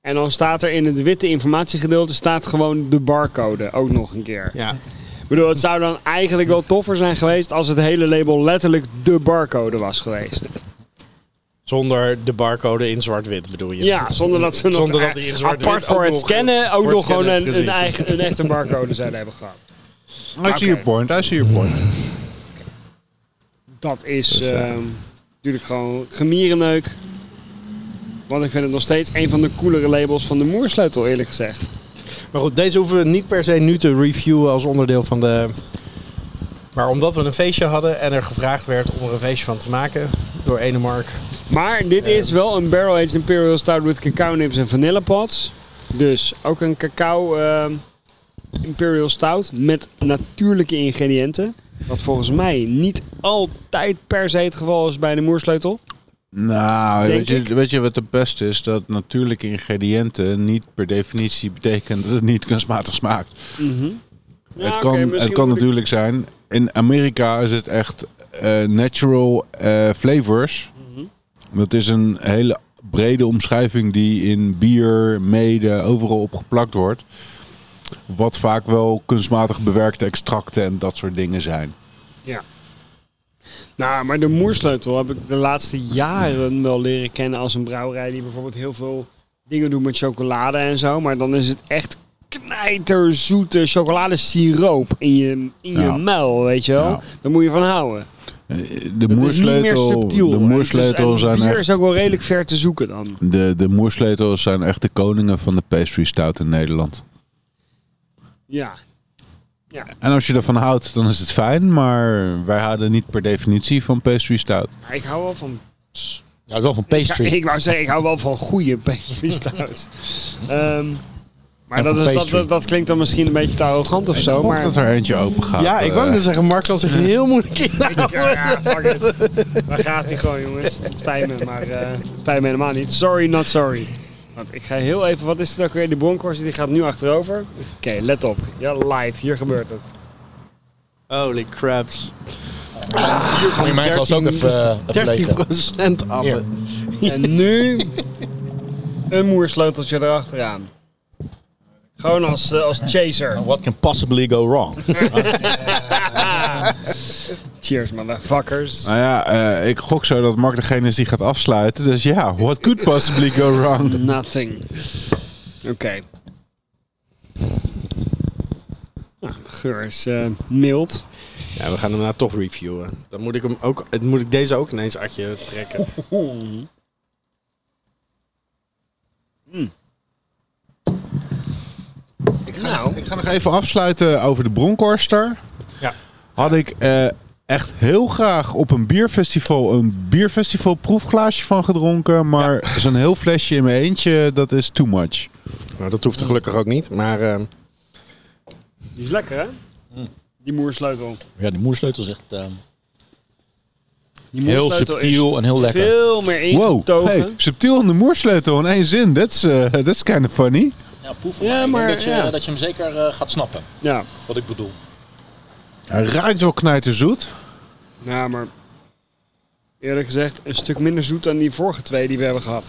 En dan staat er in het witte informatiegedeelte staat gewoon de barcode, ook nog een keer.
ja.
Ik bedoel, het zou dan eigenlijk wel toffer zijn geweest als het hele label letterlijk de barcode was geweest.
Zonder de barcode in zwart-wit bedoel je?
Ja, zonder dat ze nog
Zonder dat hij in zwart-wit
apart voor
ook
het
nog- eh,
scannen ook
voor het
nog gewoon
scannen,
een, een,
precies.
eigen, een echte barcode zouden hebben gehad.
I see your point, I see your point.
Dat is
eh,
ehm, natuurlijk gewoon gemierenneuk. Want ik vind het nog steeds een van de coolere labels van de moersleutel, eerlijk gezegd.
Maar goed, deze hoeven we niet per se nu te reviewen als onderdeel van de. Maar omdat we een feestje hadden en er gevraagd werd om er een feestje van te maken door Enemark.
Maar dit is wel een Barrel Aged Imperial Stout with cacao nips en vanillepods. Dus ook een cacao eh, Imperial Stout met natuurlijke ingrediënten. Wat volgens mij niet altijd per se het geval is bij de moersleutel.
Nou,
Denk
weet je,
ik.
weet je wat het beste is? Dat natuurlijke ingrediënten niet per definitie betekent dat het niet kunstmatig smaakt. het kan, het kan natuurlijk zijn. In Amerika is het echt eh, natural eh, flavors.
Mhm.
Dat is een hele brede omschrijving die in bier, mede, overal opgeplakt wordt. Wat vaak wel kunstmatig bewerkte extracten en dat soort dingen zijn.
Nou, maar de moersleutel heb ik de laatste jaren wel leren kennen als een brouwerij die bijvoorbeeld heel veel dingen doet met chocolade en zo. Maar dan is het echt knijterzoete chocoladesiroop in je, in je
Ja.
muil, weet je wel.
Ja.
Daar moet je van houden.
Eh, De
Het is niet meer
moersleutel,
subtiel.
de
Het is-
moersleutel
en
zijn
bier
echt
is ook wel redelijk ver te zoeken dan.
De, de moersleutels zijn echt de koningen van de pastry stout in Nederland.
Ja.
En als je ervan houdt, dan is het fijn. Maar wij houden niet per definitie van pastry stout.
Maar ik hou wel van...
Ja, wel van pastry.
Ik wou zeggen, ik hou wel van goede pastry stouts. Ehm, maar
En
dat,
van
is, dat,
pastry.
dat, dat klinkt dan misschien een beetje te arrogant of zo.
Ik hoop
Maar
dat er eentje open gaat.
Ja, ik wou
Eh,
net zeggen, Mark kan zich heel moeilijk inhouden.
Ja, ja, fuck it. Daar gaat hij gewoon, jongens. Het spijt me, maar eh, het spijt me helemaal niet. Sorry, not sorry. Want ik ga heel even, wat is het ook weer? Die bronkhorst die gaat nu achterover. Oké, let op. Ja, live, hier gebeurt het.
Holy craps.
Ga je mijn glas ook even, eh, even
13
legen.
procent
Hier.
atten.
En nu een moersleuteltje erachteraan. Gewoon als, eh, als chaser.
What can possibly go wrong?
Cheers, motherfuckers.
Nou ja, eh, ik gok zo dat Mark degene is die gaat afsluiten. Dus ja, what could possibly go wrong?
Nothing. Oké. Nou, de geur is eh, mild.
Ja, we gaan hem nou toch reviewen. Dan moet ik, hem ook, het- moet ik deze ook ineens uit je trekken.
Nou,
Ik ga nog even afsluiten over de Bronkhorster.
Ja.
Had ik eh, echt heel graag op een bierfestival een bierfestival proefglaasje van gedronken. Maar zo'n heel flesje in mijn eentje, dat is too much.
Nou, dat hoeft er gelukkig ook niet. Maar ehm,
die is lekker hè? Die moersleutel.
Ja, die moersleutel is echt eh,
Die
heel
moersleutel
subtiel en heel
is
lekker.
veel meer
Wow,
ingetogen.
hey, subtiel in de moersleutel in één zin. That's, eh that's kind of funny.
Ja, proef
Ja,
ja, maar,
maar,
dat, je,
ja.
dat je hem zeker eh, gaat snappen,
Ja,
wat ik bedoel.
Hij ruikt wel knijterzoet.
nou maar eerlijk gezegd een stuk minder zoet dan die vorige twee die we hebben gehad.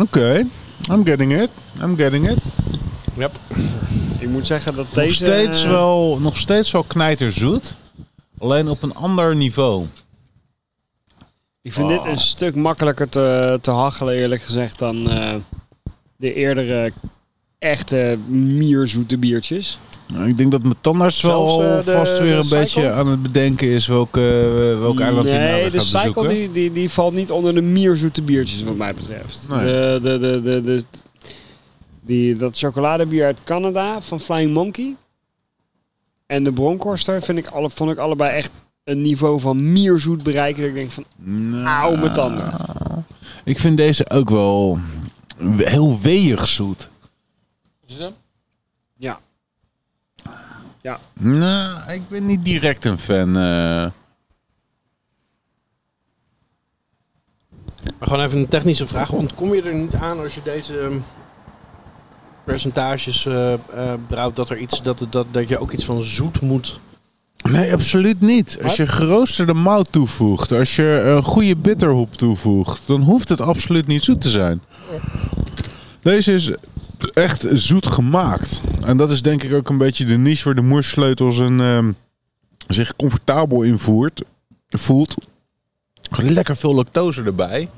Oké, I'm getting it. I'm getting it.
Ik moet zeggen dat
Nog
deze...
steeds,
eh,
wel, nog steeds wel knijterzoet. Alleen op een ander niveau.
Ik vind dit een stuk makkelijker te, te hachelen eerlijk gezegd dan eh, de eerdere echte mierzoete biertjes.
Nou, Ik denk dat mijn tandarts wel
Zelfs, eh, de-
vast weer
de
een
cycle?
beetje aan het bedenken is welke, eh, welk eiland die nou
Mm, nee,
weer
de
gaat
cycle
bezoeken.
die, die, die valt niet onder de mierzoete biertjes wat mij betreft.
Nee.
De, de, de, de, de, die, dat chocoladebier uit Canada van Flying Monkey en de Bronkhorster vind ik alle, vond ik allebei echt een niveau van mierzoet bereiken. Dat ik denk van,
Nou,
auw mijn tanden.
ik vind deze ook wel heel weeg zoet.
Ja.
Nou, ik ben niet direct een fan. eh.
maar gewoon even een technische vraag. Ontkom je er niet aan als je deze ehm, percentages eh, eh, brouwt, dat, er iets, dat, dat, dat je ook iets van zoet moet...
Nee, absoluut niet. Als je geroosterde mout toevoegt, als je een goede bitterhoep toevoegt, dan hoeft het absoluut niet zoet te zijn. Deze is echt zoet gemaakt. En dat is denk ik ook een beetje de niche waar de moersleutels een, ehm, zich comfortabel in voert, voelt. Lekker veel lactose erbij.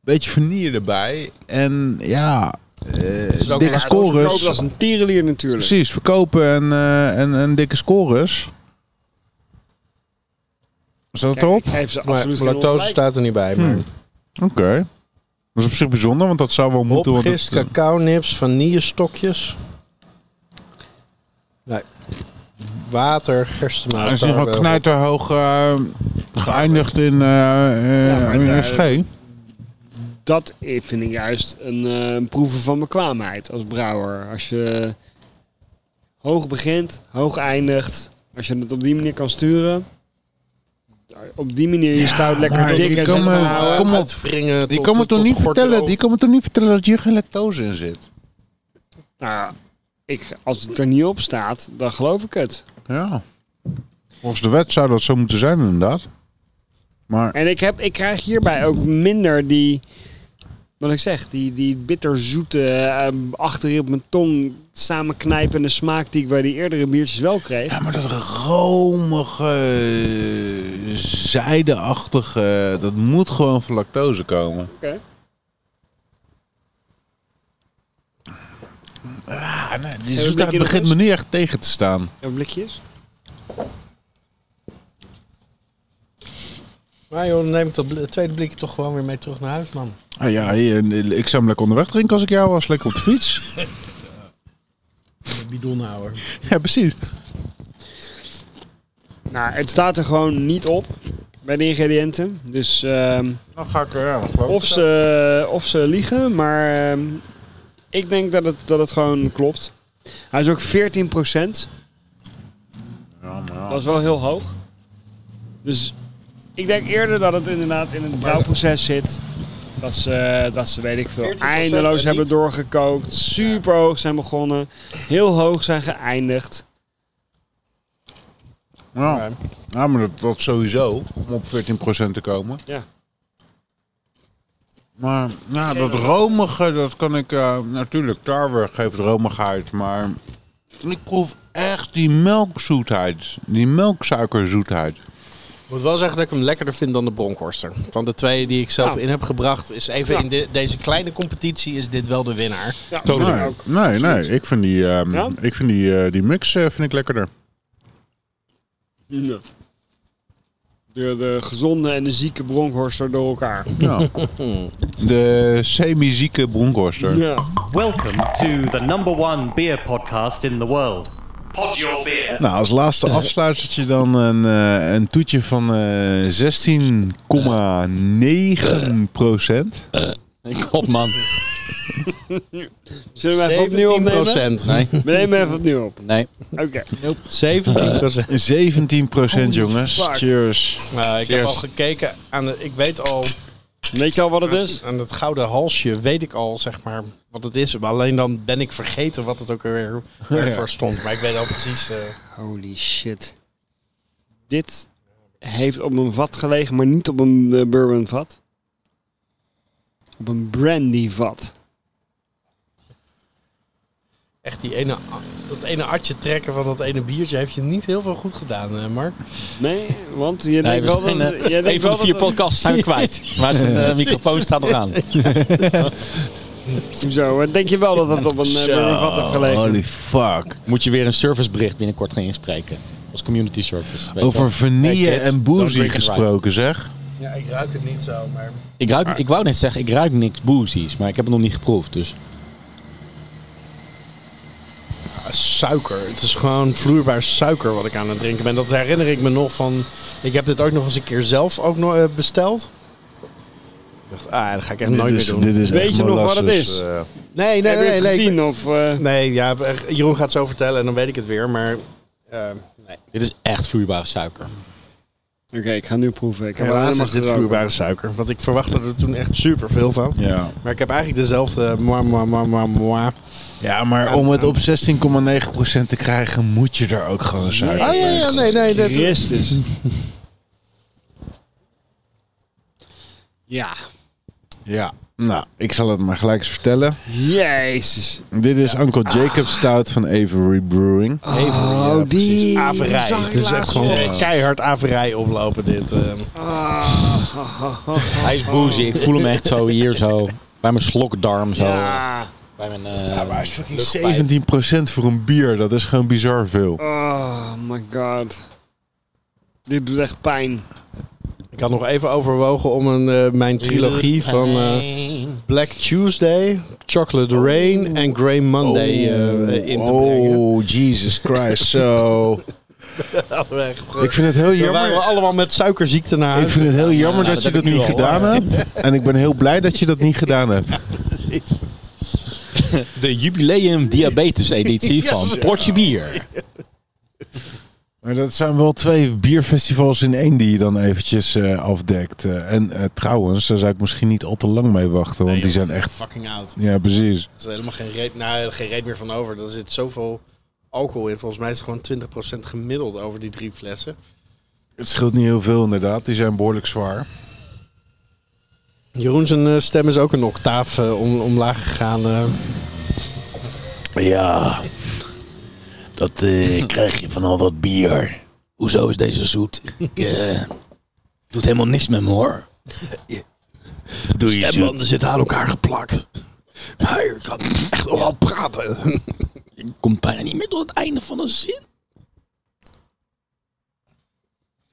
Beetje vanille erbij. En ja, eh
ook
dikke
een-
Koop
scores.
als een tierenlier natuurlijk.
Precies, verkopen en, eh, en, en dikke scores. Staat het
Kijk,
erop?
ik geef ze
Maar
absoluut geen
lactose
ongelijk.
staat er niet bij. Maar
Oké. Dat is op zich bijzonder, want dat zou wel moeten. Want
Opgist,
het-
cacao nips, vanillestokjes. Nee. Water, gerstemout.
hij is in ieder geval
tarwe.
knijterhoog eh, geëindigd in, eh eh,
Ja, maar
in
daar-
SG.
dat i- vind ik juist een eh, proeven van bekwaamheid als brouwer. Als je hoog begint, hoog eindigt, als je het op die manier kan sturen. Op die manier je stout
maar
lekker dik
ik
en
kan
zet
me-
houden.
kom op.
Eh, Uitwringen
Die
tot-
kan me toch
tot
niet
gort
vertellen,
erover.
die kan me toch niet vertellen dat hier geen lactose in zit.
Nou, ja, ik, als het er niet op staat, dan geloof ik het.
Ja. Volgens de wet zou dat zo moeten zijn inderdaad. Maar
En ik, heb, ik krijg hierbij ook minder die, wat ik zeg, die, die bitterzoete, eh, achterin op mijn tong samenknijpende smaak die ik bij die eerdere biertjes wel kreeg.
Ja, maar dat romige, zijdeachtige, dat moet gewoon van lactose komen.
Oké.
Ah, nee, die
Heb je een
zoetheid
blikje
begint
nog
me nu echt tegen te staan.
Even blikjes.
Maar joh, dan neem ik dat bl- tweede blikje toch gewoon weer mee terug naar huis, man.
Ah, ja, hier, ik zou hem lekker onderweg drinken als ik jou was, lekker op de fiets.
Bidonhouwer.
Ja, precies.
Nou, het staat er gewoon niet op bij de ingrediënten. Dus ehm,
Dan ga ik, eh, ja, geloof
of, ze, of ze liegen, maar ehm, ik denk dat het, dat het gewoon klopt. Hij is ook 14 Dat is wel heel hoog. Dus ik denk eerder dat het inderdaad in het brouwproces zit. Dat ze, dat ze weet ik veel,
14%
eindeloos
en
hebben
niet.
doorgekookt. Super hoog zijn begonnen. Heel hoog zijn geëindigd.
Ja, Ja, maar dat, dat sowieso, om op 14% te komen.
Ja.
Maar ja, dat romige, dat kan ik... eh, natuurlijk, tarwe geeft romigheid, maar... Ik proef echt die melkzoetheid. Die melksuikerzoetheid.
Ik moet wel zeggen dat ik hem lekkerder vind dan de Bronkhorster. Van de twee die ik zelf
Nou.
in heb gebracht, is even
Ja.
in de- deze kleine competitie is dit wel de winnaar.
Ja,
nee, nee, nee, ik vind die, ehm,
Ja?
ik vind die, eh, die mix eh, vind ik lekkerder.
Ja. De, de gezonde en de zieke bronkhorster door elkaar.
Ja. De semi-zieke bronkhorster.
Ja.
Welcome to the number one beer podcast in the world. Pod your beer.
Nou, als laatste afsluitertje dan een, eh, een toetje van eh 16,9 procent.
God, man.
Zullen we even opnieuw opnemen?
Nee,
We nemen even opnieuw op.
Nee.
Oké.
17 procent.
17 procent, jongens.
fuck.
Cheers.
Nou, ik heb
Cheers.
al gekeken aan de, ik weet al,
Weet je al wat het is?
aan het gouden halsje weet ik al, zeg maar, wat het is. Maar alleen dan ben ik vergeten wat het ook weer voor stond. Maar ik weet al precies. eh,
Holy shit. Dit heeft op een vat gelegen, maar niet op een eh, bourbon vat. Op een brandy vat.
Echt die ene, dat ene artje trekken van dat ene biertje heeft je niet heel veel goed gedaan, eh, Mark.
Nee, want je
Nee,
denkt
we
wel
zijn,
dat...
eh,
jij denkt
een van
wel
de vier
dat het-
podcasts zijn we kwijt. Maar zijn eh, microfoon staat nog aan.
Zo, eh, denk je wel dat het op een eh, bourbon vat heeft gelegen?
Holy fuck.
Moet je weer een servicebericht binnenkort gaan inspreken. Als community service. weet je wel.
Over vanille
Hey, kids,
en
don't
boozy
drink and
gesproken, zeg.
Ja, ik ruik het niet zo, maar.
Ik, ruik, ik wou net zeggen, ik ruik niks boozies. Maar ik heb het nog niet geproefd. Dus
Ah, suiker. Het is gewoon vloeibaar suiker wat ik aan het drinken ben. Dat herinner ik me nog van. Ik heb dit ook nog eens een keer zelf ook nog eh, besteld. Ik dacht, ah, dat ga ik echt nooit
Dit
meer
is,
doen.
dit is
Weet
echt
je nog wat het
molasses,
is?
eh.
Nee,
Heb
nee,
je
nee,
het
nee.
gezien? Of, eh,
Nee, ja, eh, Jeroen gaat zo vertellen en dan weet ik het weer. Maar eh
dit is echt vloeibare suiker.
Oké, ik ga nu proeven. Ik heb alleen
helaas
maar
is dit
geroken.
vloeibare suiker. Want ik verwachtte er toen echt super veel van.
ja. Oh,
Maar ik heb eigenlijk dezelfde. Moi, moi, moi, moi, moi.
ja, maar om het op 16,9 te krijgen, moet je er ook gewoon suiker
Oh ja,
bij
ja, nee, nee. Dit,
Christus. ja.
Ja, nou, ik zal het maar gelijk eens vertellen.
Jezus.
Dit is Uncle Jacob Stout van Avery Brewing.
Oh, die.
averij. Het is echt gewoon eh, keihard averij oplopen dit. eh.
Oh.
Hij is boozy. Ik voel hem echt zo hier zo. Bij mijn slokdarm zo.
Ja.
Bij mijn, eh,
fucking 17% voor een bier, dat is gewoon bizar veel.
Oh my god. Dit doet echt pijn.
Ik had nog even overwogen om een, eh, mijn trilogie van eh, Black Tuesday, Chocolate
Oh.
eh,
Rain en Grey Monday eh, eh, in te brengen.
Oh, Jesus Christ, zo. Ik vind het heel
eh, We waren
jammer.
allemaal met suikerziekte naar
Ik
huis.
vind het heel jammer
nou,
dat je
dat
dat
heb ik
niet
nu al,
gedaan hebt. En ik ben heel blij dat je dat niet gedaan hebt.
De jubileum diabetes editie van Portje Bier.
Maar dat zijn wel twee bierfestivals in één die je dan eventjes eh, afdekt. Eh, en eh, trouwens, daar zou ik misschien niet al te lang mee wachten. Want
Nee,
die
joh,
zijn
dat is
echt...
fucking oud.
Ja, precies.
Er is helemaal geen reet, nou, geen reet meer van over. Er zit zoveel alcohol in. Volgens mij is het gewoon 20% gemiddeld over die drie flessen.
Het scheelt niet heel veel inderdaad. Die zijn behoorlijk zwaar.
Jeroen zijn eh, stem is ook een octaaf eh, om, omlaag gegaan. eh.
Ja, dat eh, krijg je van al dat bier.
Hoezo is deze zoet? Ik, eh, doet helemaal niks met me hoor.
Doe je zo.
Stembanden zitten aan elkaar geplakt. Maar ik kan echt nog wel praten.
Komt bijna niet meer tot het einde van een zin.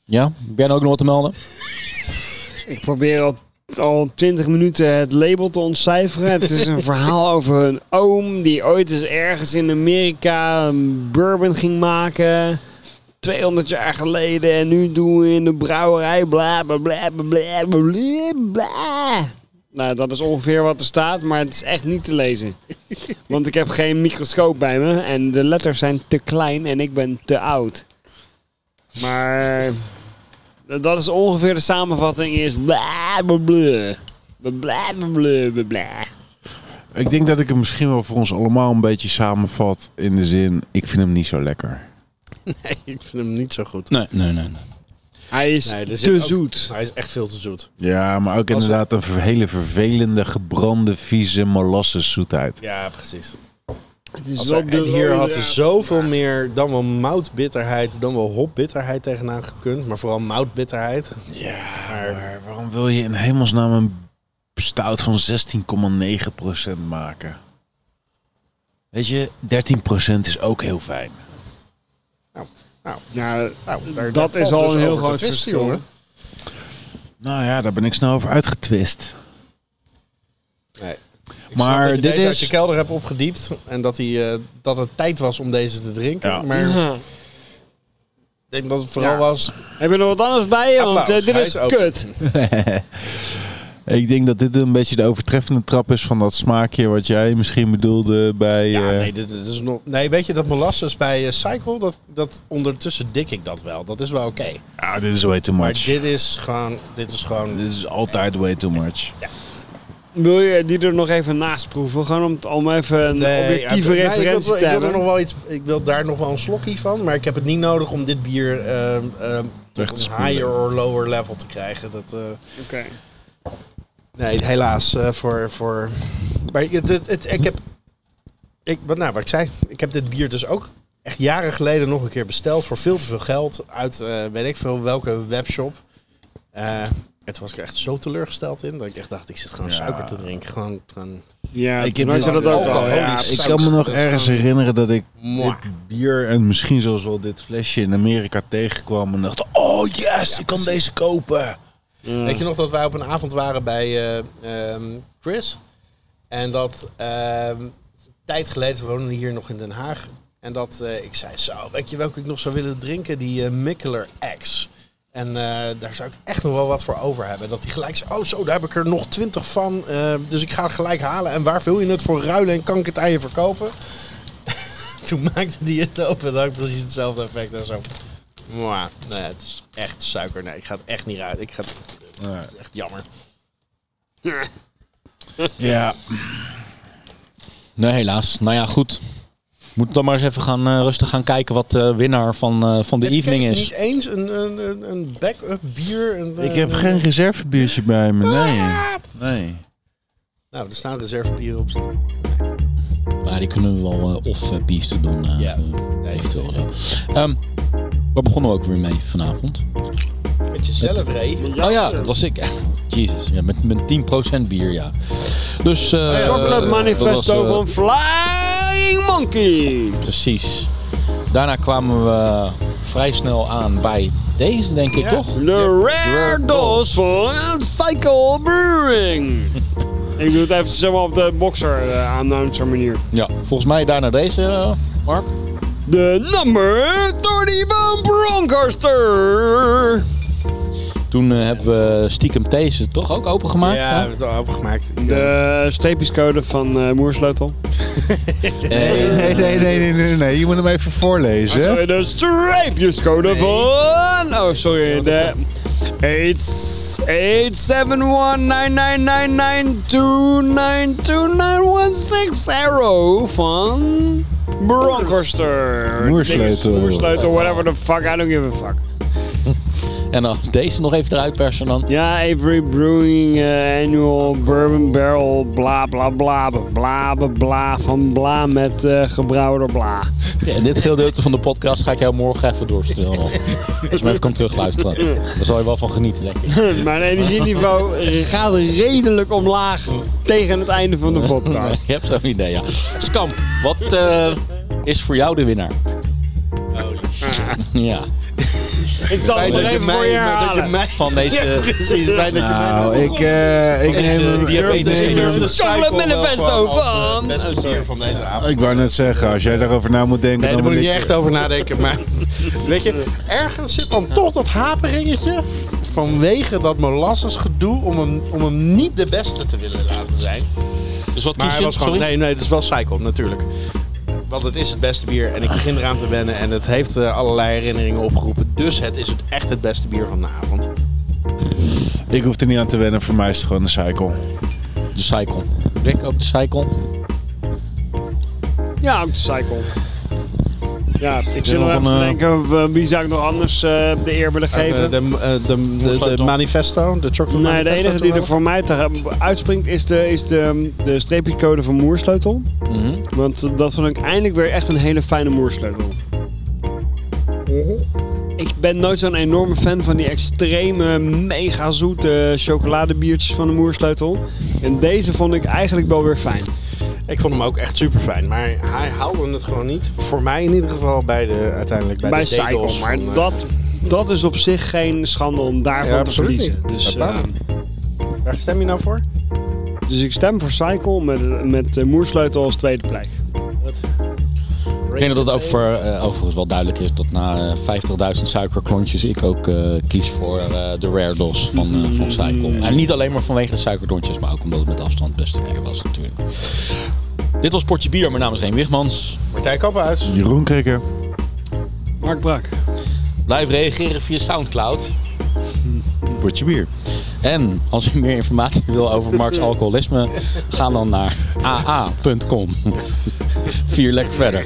Ja, ben ook nog wat te melden?
Ik probeer al, al 20 minuten het label te ontcijferen. Het is een verhaal over een oom die ooit eens ergens in Amerika een bourbon ging maken. 200 jaar geleden en nu doen we in de brouwerij bla bla bla bla bla bla bla, bla. Nou, dat is ongeveer wat er staat, maar het is echt niet te lezen. Want ik heb geen microscoop bij me en de letters zijn te klein en ik ben te oud. Maar dat is ongeveer de samenvatting is bla bla bla. Bla bla bla bla bla, bla.
Ik denk dat ik hem misschien wel voor ons allemaal een beetje samenvat. In de zin, ik vind hem niet zo lekker.
Nee, ik vind hem niet zo goed.
Nee, nee, nee.
Hij is
Nee, er zit
te
ook-
zoet.
Hij is echt veel te zoet.
Ja, maar ook inderdaad een ver- hele vervelende, gebrande, vieze molassenzoetheid.
Ja, precies.
Het is
Als
wel
er- en
de-
hier had dus- er zoveel meer dan wel moutbitterheid, dan wel hopbitterheid tegenaan gekund. Maar vooral moutbitterheid.
Ja, maar waarom wil je in hemelsnaam een stout van 16,9% maken? Weet je, 13% is ook heel fijn.
Ja,
Nou, daar-
dat
daar
is
valt
al
dus
een heel
over te
groot
twisten,
verschil.
jongen.
Nou ja, daar ben ik snel over uitgetwist.
Nee. Ik snap
Maar
dat je
dit
deze uit je
is...
kelder hebt opgediept en dat, hij, eh, dat het tijd was om deze te drinken.
Ja.
Maar ik denk dat het vooral
Ja.
was.
Heb je nog wat anders bij je? Want
Applaus,
eh, dit
hij
is
is open.
kut.
ik denk dat dit een beetje de overtreffende trap is van dat smaakje wat jij misschien bedoelde bij...
Ja,
eh,
nee, dit, dit is nog. Nee, weet je dat molasses bij eh, Cycle? Dat, dat ondertussen dik ik dat wel. Dat is wel oké.
ah, dit is way too
Maar
much. Dit...
dit is gewoon. Dit is gewoon.
is altijd way too much.
Wil je die er nog even naast proeven? Gewoon om, om even een objectieve
ja, nee, ik wil-
referentie
ik wil,
te
er
hebben.
nog wel iets. Ik wil daar nog wel een slokje van, maar ik heb het niet nodig om dit bier ehm, ehm,
Terug
op
te
een
spoelen.
higher or lower level te krijgen. Dat, eh,
Oké.
nee, helaas eh, voor, voor. Maar het, het, het- ik heb, ik, wat, nou, wat ik zei, ik heb dit bier dus ook echt jaren geleden nog een keer besteld voor veel te veel geld uit eh, weet ik veel welke webshop. Eh, het was ik echt zo teleurgesteld in dat ik echt dacht ik zit gewoon
Ja.
suiker te drinken, gewoon, gewoon
Ja,
Ik
ik
heb
heb
dit-
dat ook al.
alcohol,
Ja,
die
Ik
saus.
kan me nog
Dat is
ergens
gewoon-
herinneren dat ik
Mwah.
dit bier en misschien zelfs wel dit flesje in Amerika tegenkwam en dacht, oh yes, ik kan deze kopen.
Weet je nog dat wij op een avond waren bij eh, ehm, Chris? En dat ehm, een tijd geleden, we woonden hier nog in Den Haag. En dat eh, ik zei, zo, weet je welke ik nog zou willen drinken? Die eh, Mikkeler X. En eh, daar zou ik echt nog wel wat voor over hebben. Dat hij gelijk zei, oh zo, daar heb ik er nog twintig van. eh, dus ik ga het gelijk halen. En waar wil je het voor ruilen en kan ik het aan je verkopen? Toen maakte die het open. Dat had ik precies hetzelfde effect en zo. Mwah. Nee, het is echt suiker. Nee, ik ga het echt niet ruilen. Ik ga het Echt jammer.
Ja,
Nee, helaas. Nou ja, goed. Moet dan maar eens even gaan, eh, rustig gaan kijken wat de winnaar van, eh, van de evening
Kees
is.
niet eens een, een, een, een back-up bier. Een,
ik
eh,
heb
een-
geen reservebiertje bij me, nee. Nee.
Nou, er staan reservebieren op.
Ja, die kunnen we wel eh, off eh, beefs doen. eh,
Ja.
eh, eventueel zo. Ehm, waar begonnen we ook weer mee vanavond?
Met jezelf, Ray.
oh ja, dat was ik. Jezus, ja, met, met 10% bier, ja. Dus, eh, dat
Chocolate
was,
Manifesto
eh,
van Flying Monkey.
Precies. Daarna kwamen we vrij snel aan bij deze, denk ik, toch?
De Rare Dos van Cycle Brewing. Ik doe het even zeg maar, op de boxer eh, aan zo'n manier.
Ja, volgens mij daarna deze, eh, Mark.
De number 31 Broncaster.
Toen eh, hebben we stiekem deze toch ook opengemaakt.
ja, we
hè?
hebben het al opengemaakt. Ik, eh,
De streepjescode van eh, Moersleutel.
Nee,
eh,
nee, nee, nee, nee, nee, nee. Je moet hem even voorlezen. hè?
Sorry, de streepjescode dus van... Oh, sorry. De 8719992929160 van Bronkhorster.
Moersleutel.
Niks, Moersleutel, whatever the fuck. I don't give a fuck.
En als deze nog even eruit persen dan.
Ja, Avery Brewing eh, Annual Bourbon Barrel bla bla bla bla bla bla, bla van bla met eh gebrouwen door bla.
Ja, dit gedeelte van de podcast ga ik jou morgen even doorsturen. nog. Als je me even kan terugluisteren. Daar zal je wel van genieten, denk ik.
Mijn energieniveau gaat redelijk omlaag tegen het einde van de podcast.
Ik heb zo'n idee, ja. Skamp, wat eh, is voor jou de winnaar?
Oh.
Ja,
Ik zal het
fijn
nog
dat je
even voor
mij,
je
maar dat je
herhalen.
mij...
van deze...
Precies, fijn dat je mij dus nog
Nou, ik, eh ik
Deze
neem hem.
diabetes-
ik neem hem-
de
Chocolate Manifesto van-
beste bier van deze avond.
Ik wou net zeggen, als jij daarover na moet denken,
Nee, daar
dan
moet ik
wil
niet
ik...
echt over nadenken, maar weet je, ergens zit dan toch dat haperingetje vanwege dat molasses-gedoe om hem, om hem niet de beste te willen laten zijn.
Dus wat
Maar
kies
hij
je?
was gewoon,
Sorry?
nee, nee, het is wel cycle natuurlijk. Want het is het beste bier en ik begin eraan te wennen en het heeft eh, allerlei herinneringen opgeroepen. Dus het is het echt het beste bier van de avond.
Ik hoef er niet aan te wennen, voor mij is het gewoon een cycle.
De cycle. Rick, ook de cycle.
Ja, ook de cycle. Ja, ik zit
nog
nog even
een,
te
eh,
denken, w- wie zou ik nog anders eh, de eer willen
Eh,
geven?
de, eh, de, de, de,
Moersleutel.
manifesto, de chocolate
Nee, de
manifesto
enige die er
toevallig.
voor mij te- uitspringt is de, is de, de streepjescode van Moersleutel.
Mhm.
Want eh, dat vond ik eindelijk weer echt een hele fijne moersleutel. Ik ben nooit zo'n enorme fan van die extreme, mega zoete chocoladebiertjes van de moersleutel. En deze vond ik eigenlijk wel weer fijn.
Ik vond hem ook echt super fijn, maar hij haalde het gewoon niet. Voor mij in ieder geval bij de uiteindelijk bij,
Bij
de
Cycle.
degels
Maar
van, eh,
dat, dat is op zich geen schande om daarvan
Ja,
te
absoluut
verliezen.
niet.
Dus,
Totaal
eh,
Waar stem je nou voor?
dus ik stem voor Cycle met, met eh, moersleutel als tweede plek.
Ik denk dat het over, eh, overigens wel duidelijk is dat na eh, 50.000 suikerklontjes ik ook eh, kies voor eh, de Rare Dos van, eh, van Cycle. En niet alleen maar vanwege de suikerklontjes, maar ook omdat het met afstand het beste bier was natuurlijk. Dit was Portje Bier, mijn naam is Geen Wigmans.
Martijn Kappenhuis.
Jeroen Krikker.
Mark Brak.
Blijf reageren via Soundcloud.
Potje bier.
En als u meer informatie wil over Marks alcoholisme, ga dan naar aa.com. Vier lekker verder.